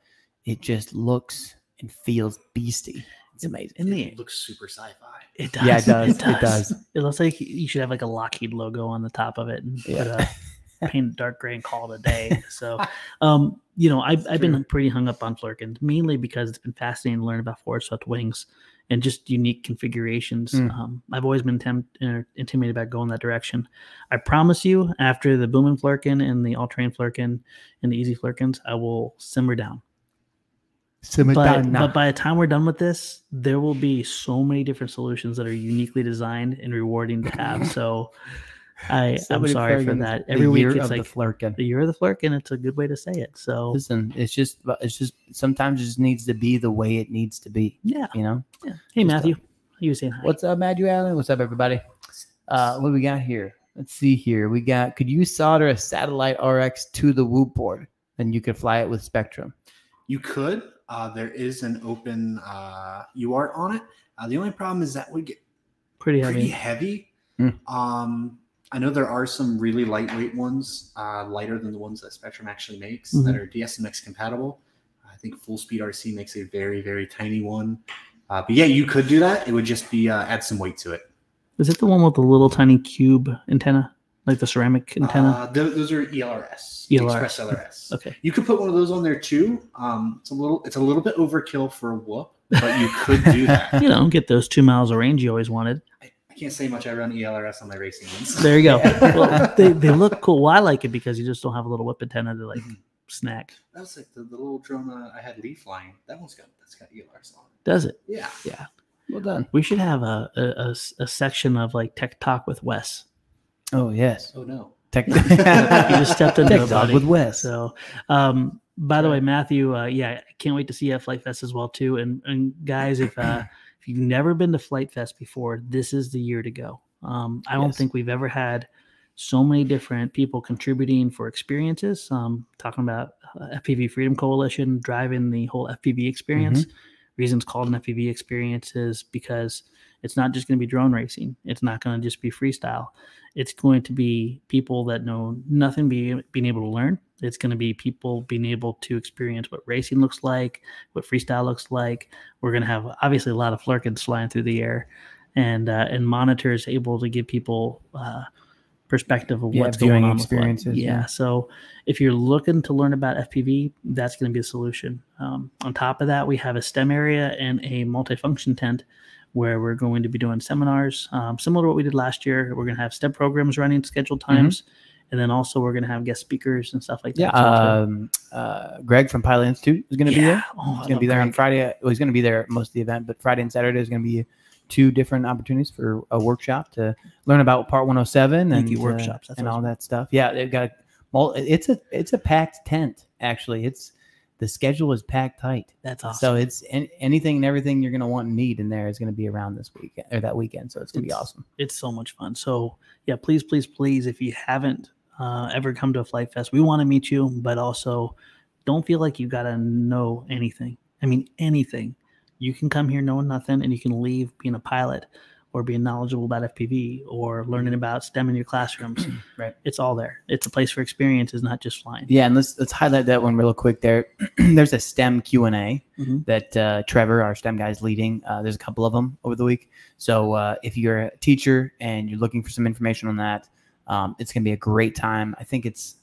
it just looks and feels beastie. It's amazing.
In the
It looks super sci-fi.
It does.
Yeah, it does. It does.
It looks like you should have like a Lockheed logo on the top of it and
Yeah.
put a paint it dark gray and call it a day. So, um, you know, I, I've been pretty hung up on Flurkins mainly because it's been fascinating to learn about forward swept wings and just unique configurations.
Mm.
Um, I've always been temp- er, intimidated about going that direction. I promise you, after the Boomin Flurkin and the All Train Flurkin and the Easy Flurkins, I will simmer down but,
Smetana.
but by the time we're done with this, there will be so many different solutions that are uniquely designed and rewarding to have. So I,
So
I'm
many
sorry for
flirkins.
that.
The
Every week
year
it's
of
like
the flirkin.
the year of the flirk, and it's a good way to say it. So
Listen, it's just it's just sometimes it just needs to be the way it needs to be.
yeah.
You know
yeah. Hey
Just,
Matthew, you were saying hi.
what's up, Matthew Allen? What's up, everybody? Uh, what do we got here? Let's see here. We got could you solder a satellite RX to the Whoop board, and you could fly it with Spectrum.
You could. Uh, there is an open uh, UART on it. Uh, the only problem is that would get
pretty
pretty
heavy?
heavy.
Mm.
Um, I know there are some really lightweight ones, uh, lighter than the ones that Spectrum actually makes
Mm-hmm.
that are DSMX compatible. I think Full Speed RC makes a very, very tiny one. Uh, but yeah, you could do that. It would just be uh, add some weight to it.
Is it the one with the little tiny cube antenna, like the ceramic antenna? E
Uh, tho- those are ELRS,
ELRS.
Express LRS.
okay.
You could put one of those on there too. Um, it's a little, it's a little bit overkill for a whoop, but you could do that.
You know, get those two miles of range you always wanted.
I, I can't say much. I run E ELRS on my racing ones.
There you go.
Yeah.
Well, they, they look cool. Well, I like it because you just don't have a little whip antenna to like
Mm-hmm.
Mhm.
snack.
That was like the, the little drone uh, I had Lee flying. That one's got that's got E ELRs on. it.
Does it?
Yeah.
Well done.
We should have a a- a s- a section of like tech talk with Wes.
Oh yes.
Oh no.
Tech-
You just
stepped into
Tech
it,
Dog
buddy.
with Wes.
So, um, by the way, Matthew, uh, yeah, I can't wait to see you at Flight Fest as well too. And and guys, if uh, if you've never been to Flight Fest before, this is the year to go. Um, I don't
Yes.
think we've ever had so many different people contributing for experiences. Um, talking about uh, FPV Freedom Coalition driving the whole FPV experience. Reasons called an FPV experience is because it's not just going to be drone racing. It's not going to just be freestyle. It's going to be people that know nothing be, being able to learn. It's going to be people being able to experience what racing looks like, what freestyle looks like. We're going to have obviously a lot of flurkins flying through the air. and uh, and monitor is able to give people uh, perspective of
Yeah,
what's
viewing
going on with what.
experiences,
Yeah.
yeah.
So if you're looking to learn about FPV, that's going to be a solution. Um, on top of that, we have a STEM area and a multifunction tent where we're going to be doing seminars um, similar to what we did last year. We're going to have STEM programs running scheduled times. And then also we're going to have guest speakers and stuff like that.
Mm-hmm. Yeah, um, uh, Greg from Pilot Institute is going to be there.
Oh,
He's going to be there on Friday. Well, he's going to be there most of the event, but Friday and Saturday is going to be two different opportunities for a workop to learn about Part 107 and
Geeky
uh,
workshops, that's
and
what
all that stuff. Yeah, they've got mul- it's a it's a packed tent actually. It's the schedule is packed tight,
That's awesome.
so it's an anything and everything you're going to want and need in there is going to be around this weekend or that weekend. So it's going to be
It's-
awesome.
it's so much fun. So yeah, please, please, please, if you haven't uh, ever come to a flight fest, we want to meet you, but also don't feel like you gotta know anything. I mean anything. You can come here knowing nothing, and you can leave being a pilot or being knowledgeable about FPV or learning about STEM in your classrooms.
Right.
It's all there. It's a place for experiences, not just flying.
Yeah, and let's let's highlight that one real quick. There, there's a STEM Q and A
Mhm.
that uh, Trevor, our STEM guy, is leading. Uh, there's a couple of them over the week. So uh, if you're a teacher and you're looking for some information on that, um, it's gonna be a great time. I think it's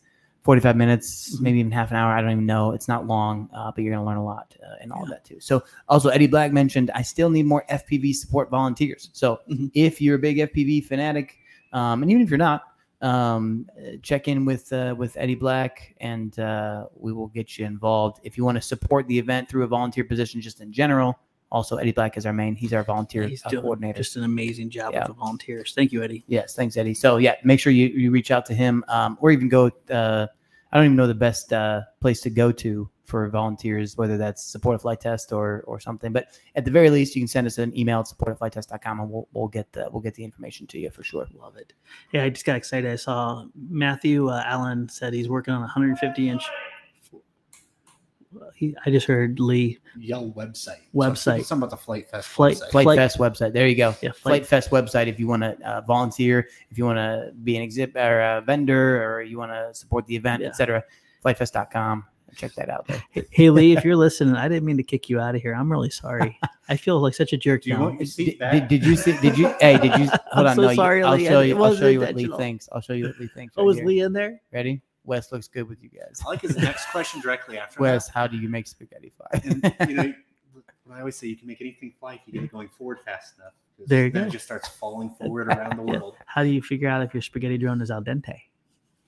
45 minutes,
Mhm.
maybe even half an hour. I don't even know. It's not long, uh, but you're gonna learn a lot uh, and all of that too. So also Eddie Black mentioned I still need more FPV support volunteers. So
Mhm.
if you're a big FPV fanatic, um, and even if you're not, um, uh, check in with uh, with Eddie Black, and uh, we will get you involved. If you want to support the event through a volunteer position, just in general, also Eddie Black is our main. He's our volunteer
He's
uh,
doing
coordinator.
just an amazing job
Yeah.
with the volunteers. Thank you, Eddie.
yes, thanks, Eddie. So yeah, make sure you, you reach out to him, um, or even go. Uh, I don't even know the best uh, place to go to for volunteers, whether that's support a flight test or or something. But at the very least, you can send us an email at supportaflighttest.com, and we'll we'll get the we'll get the information to you for sure.
Love it. Yeah, I just got excited. I saw Matthew uh, Allen said he's working on a 150 inch. He, I just heard Lee.
Yell website.
Website.
So, something about the Flight Fest
Flight-
website.
Flight,
Flight-
Fest website. There you go.
Yeah, Flight-
Flight Fest website. If you want to uh, volunteer, if you want to be an exhibit or a vendor, or you want to support the event,
Yeah.
etc. Flightfest.com. Check that out. There.
Hey, hey, Lee, if you're listening, I didn't mean to kick you out of here. I'm really sorry. I feel like such a jerk
Do you
now.
want your
Did,
seat
did,
back?
did you see? Did you? Hey, did you? Hold
I'm
on.
so
no, you-
sorry,
I'll
Lee.
show
It
you. I'll
wasn't
show you what Lee
intentional.
thinks. I'll show you what Lee thinks.
oh,
right
was Oh,
here.
Lee in there?
ready? Wes looks good with you guys.
I like his next question directly after that.
Wes, how do you make spaghetti
and you
fly?
know, what I always say, you can make anything fly if you get it going forward fast enough. 'cause
There you
then
go.
It just starts falling forward around the
Yeah.
world.
How do you figure out if your spaghetti drone is al dente?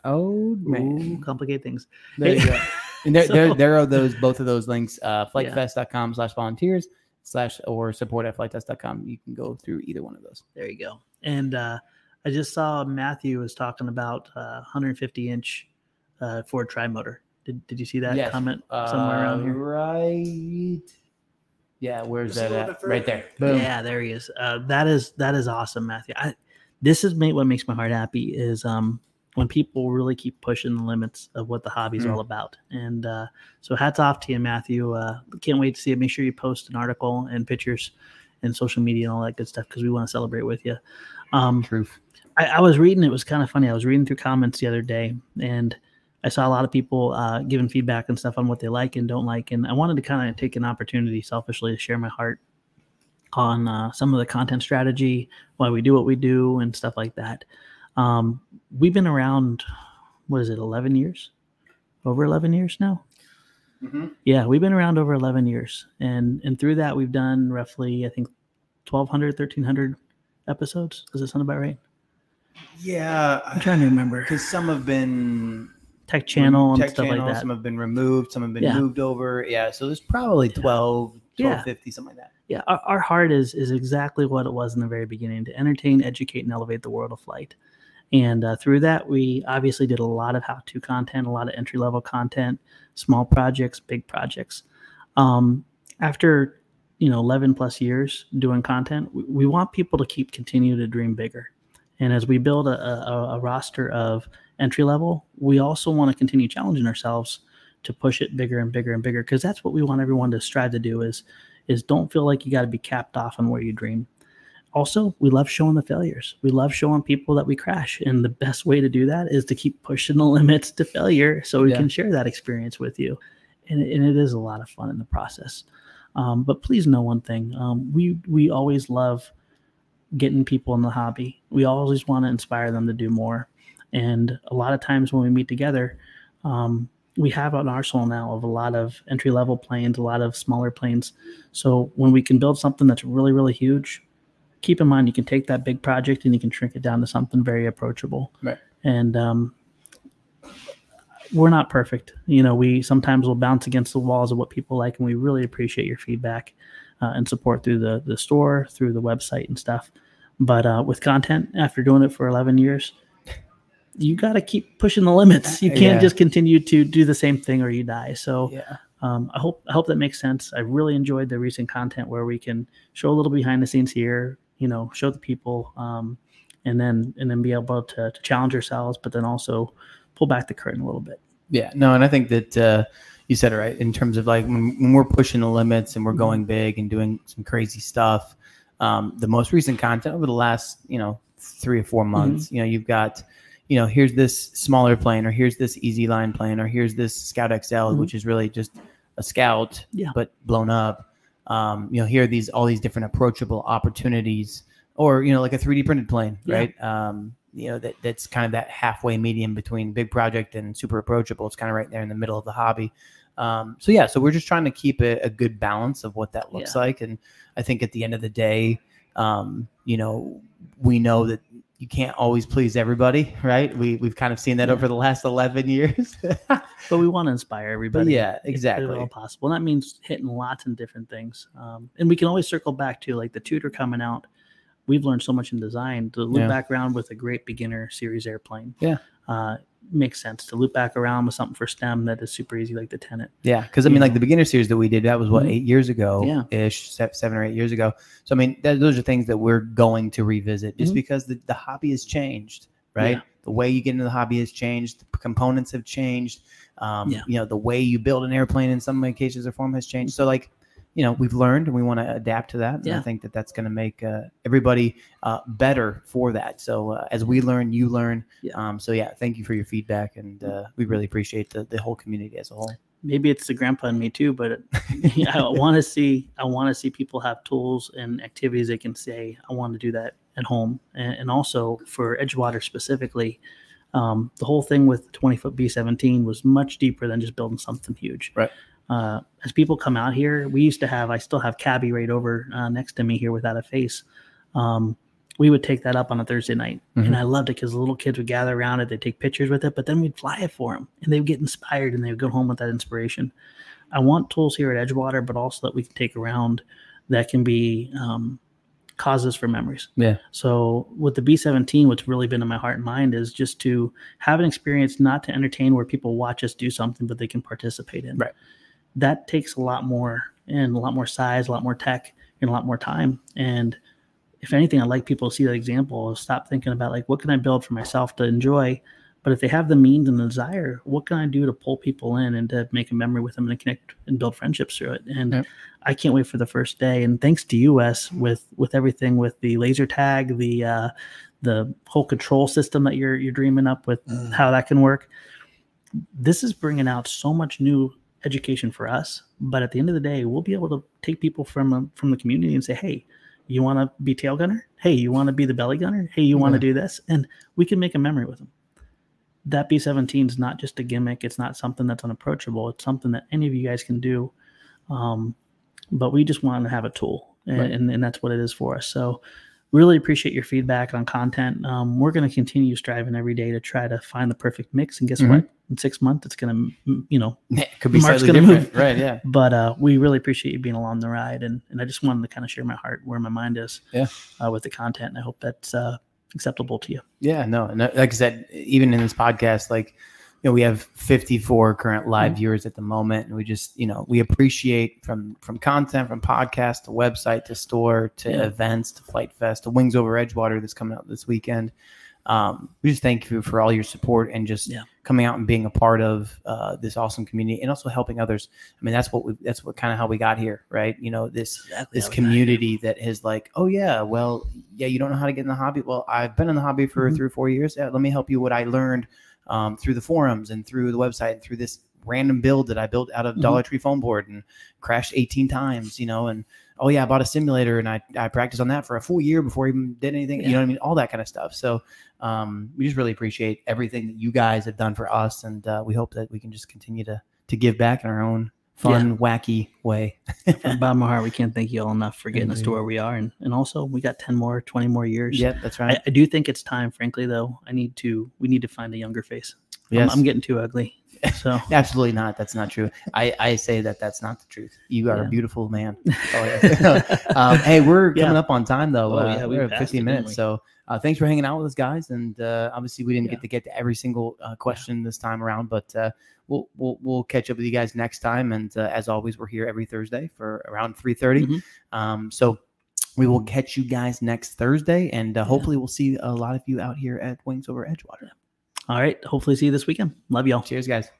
oh
Ooh,
man,
complicate things.
there you
Hey.
go. And there,
So-
there, there are those both of those links, uh,
Yeah.
flightfest.com slash volunteers slash or support at flighttest.com. You can go through either one of those.
There you go. And uh, I just saw Matthew was talking about uh, 150 inch uh, Ford Tri motor. Did, did you see that
Yes. Uh,
comment somewhere around here?
Right. Yeah, where's
Just a
that
little
at?
bit
Right there.
further.
Boom.
Yeah, there he is. Uh, that is that is awesome, Matthew. I, this is ma- what makes my heart happy is um, when people really keep pushing the limits of what the hobby is
Mm.
all about. And uh, so, hats off to you, Matthew. Uh, can't wait to see it. Make sure you post an article and pictures and social media and all that good stuff because we want to celebrate with you. Um,
Truth.
I, I was reading. It was kind of funny. I was reading through comments the other day, and I saw a lot of people uh, giving feedback and stuff on what they like and don't like. And I wanted to kind of take an opportunity, selfishly, to share my heart on uh, some of the content strategy, why we do what we do, and stuff like that. Um, we've been around. What is it? Eleven years? Over eleven years now.
Mhm.
Yeah, we've been around over 11 years. And and through that, we've done roughly, I think, 1,200, 1,300 episodes. Does that sound about right?
Yeah.
I'm trying to remember.
Because some have been
Tech channel and
tech
stuff
channel,
like that.
Some have been removed. Some have been
Yeah.
moved over. Yeah. So there's probably 12,
Yeah.
1250, something like that.
yeah, our, our heart is is exactly what it was in the very beginning to entertain, educate, and elevate the world of flight. And uh, through that, we obviously did a lot of how to content, a lot of entry level content, small projects, big projects. Um, after you know 11 plus years doing content, we, we want people to keep continue to dream bigger. And as we build a, a, a roster of entry level, we also want to continue challenging ourselves to push it bigger and bigger and bigger because that's what we want everyone to strive to do is is don't feel like you got to be capped off on where you dream. Also, we love showing the failures. We love showing people that we crash. And the best way to do that is to keep pushing the limits to failure so we
Yeah.
can share that experience with you. And, and it is a lot of fun in the process. Um, but please know one thing um, we, we always love getting people in the hobby. We always want to inspire them to do more. And a lot of times when we meet together, um, we have an arsenal now of a lot of entry level planes, a lot of smaller planes. So when we can build something that's really, really huge, keep in mind you can take that big project and you can shrink it down to something very approachable.
Right.
And um, we're not perfect. You know, we sometimes will bounce against the walls of what people like, and we really appreciate your feedback uh, and support through the the store, through the website and stuff. But uh, with content, after doing it for 11 years, you got to keep pushing the limits. You can't
Yeah.
just continue to do the same thing or you die. So
Yeah.
um, I hope I hope that makes sense. I really enjoyed the recent content where we can show a little behind the scenes here, you know, show the people, um, and then and then be able to, to challenge ourselves, but then also pull back the curtain a little bit.
Yeah, no, and I think that uh, you said it right in terms of like when, when we're pushing the limits and we're
Mm-hmm.
going big and doing some crazy stuff. Um, the most recent content over the last, you know, three or four months,
Mm-hmm.
you know, you've got, you know, here's this smaller plane or here's this easy line plane or here's this Scout XL,
Mhm.
which is really just a Scout,
Yeah.
but blown up. Um, you know, here are these all these different approachable opportunities, or you know, like a 3D printed plane,
Yeah.
right? Um, you know that that's kind of that halfway medium between big project and super approachable. It's kind of right there in the middle of the hobby. Um, so yeah, so we're just trying to keep a, a good balance of what that looks like, and I think at the end of the day, um, you know, we know that you can't always please everybody, right? We we've kind of seen that
Yeah.
over the last eleven years.
But we want to inspire
but
everybody.
yeah,
if At all
exactly.
possible. And that means hitting lots and different things. Um, and we can always circle back to like the tutor coming out. We've learned so much in design to loop
Yeah.
back around with a great beginner series airplane.
Yeah.
Uh, makes sense to loop back around with something for STEM that is super easy, like the tenant.
Yeah, because I mean,
you
like
know.
the beginner series that we did, that was what
Mhm.
eight years ago,
Yeah.
ish, se- seven or eight years ago. So I mean, that, those are things that we're going to revisit just
Mhm.
because the, the hobby has changed, right?
Yeah.
The way you get into the hobby has changed. The components have changed. Um,
Yeah.
You know, the way you build an airplane in some cases or form has changed. So like, you know, we've learned and we want to adapt to that. And I
Yeah.
think that that's going to make uh, everybody uh, better for that. So uh, as we learn, you learn.
Yeah. Mm-hmm.
Um, so yeah, thank you for your feedback, and uh, we really appreciate the, the whole community as a whole.
Maybe it's the grandpa in me too, but I want to see I want to see people have tools and activities they can say I want to do that at home, and, and also for Edgewater specifically, um, the whole thing with the 20 foot B17 was much deeper than just building something huge.
Right.
Uh, as people come out here, we used to have I still have Cabby right over uh, next to me here without a face. Um, we would take that up on a Thursday night,
Mhm.
and I loved it because the little kids would gather around it, they'd take pictures with it, but then we'd fly it for them, and they would get inspired, and they would go home with that inspiration. I want tools here at Edgewater, but also that we can take around that can be um, causes for memories.
Yeah.
So with the B17, what's really been in my heart and mind is just to have an experience not to entertain where people watch us do something, but they can participate in.
Right.
That takes a lot more and a lot more size, a lot more tech, and a lot more time. And if anything, I like people to see that example of stop thinking about like what can I build for myself to enjoy but if they have the means and the desire, what can I do to pull people in and to make a memory with them and to connect and build friendships through it? And
Yep.
I can't wait for the first day. And thanks to US with with everything with the laser tag, the uh, the whole control system that you're you're dreaming up with
Mm.
how that can work. This is bringing out so much new education for us. But at the end of the day, we'll be able to take people from um, from the community and say, hey. You want to be tail gunner? Hey, you want to be the belly gunner? Hey, you want to do this? And we can make a memory with them that B17 is not just a gimmick. It's not something that's unapproachable. It's something that any of you guys can do. Um, but we just want to have a tool, and,
Right.
and, and that's what it is for us. So, really appreciate your feedback on content. Um, we're going to continue striving every day to try to find the perfect mix. And guess
Mhm.
what? In six months, it's going to, you know,
Yeah, it could be
Mark's
slightly
gonna
different, right? Yeah,
but uh, we really appreciate you being along the ride. And, and I just wanted to kind of share my heart where my mind is
Yeah.
uh, with the content. And I hope that's uh, acceptable to you.
yeah. No, and that- like I said, even in this podcast, like you know, we have 54 current
Mm-hmm.
live viewers at the moment, and we just you know we appreciate from from content, from podcast to website to store to
Yeah.
events to Flight Fest to Wings Over Edgewater that's coming out this weekend. Um, we just thank you for all your support and just
Yeah.
coming out and being a part of uh, this awesome community and also helping others. I mean, that's what we that's what kind of how we got here, right? You know, this this community that is like, oh yeah, well, yeah, you don't know how to get in the hobby. Well, I've been in the hobby for
Mhm.
three or four years. Yeah, let me help you. What I learned um, through the forums and through the website and through this random build that I built out
Mm-hmm.
of Dollar Tree foam board and crashed 18 times, you know, and oh yeah, I bought a simulator and I, I practiced on that for a full year before I even did anything, you know what I mean? All that kind of stuff. So um, we just really appreciate everything that you guys have done for us. And uh, we hope that we can just continue to, to give back in our own fun, wacky way.
From bottom of my heart, we can't thank you all enough for getting us to
Indeed.
where we are. And, and also, we got 10 more, 20 more years.
Yep, that's right.
I, I do think it's time, frankly, though. I need to, we need to find a younger face. I'm-
yes.
I'm, getting too ugly. So,
Absolutely not. That's not true. I, I say that that's not the truth. You are
Yeah.
a beautiful man. Oh, yeah. um, hey, we're
Yeah.
coming up on time though.
Oh,
uh,
yeah, we
we're at
passed
15
it, didn't we?
minutes. So uh, thanks for hanging out with us, guys. And uh, obviously, we didn't
Yeah.
get to get to every single uh, question this time around, but uh, we'll, we'll we'll catch up with you guys next time. And uh, as always, we're here every Thursday for around 3:30.
Mhm.
Um, so. We
Mm-hmm.
will catch you guys next Thursday, and uh, hopefully, we'll see a lot of you out here at Wings Over Edgewater.
all right. Hopefully, see you this weekend. Love y'all.
Cheers, guys.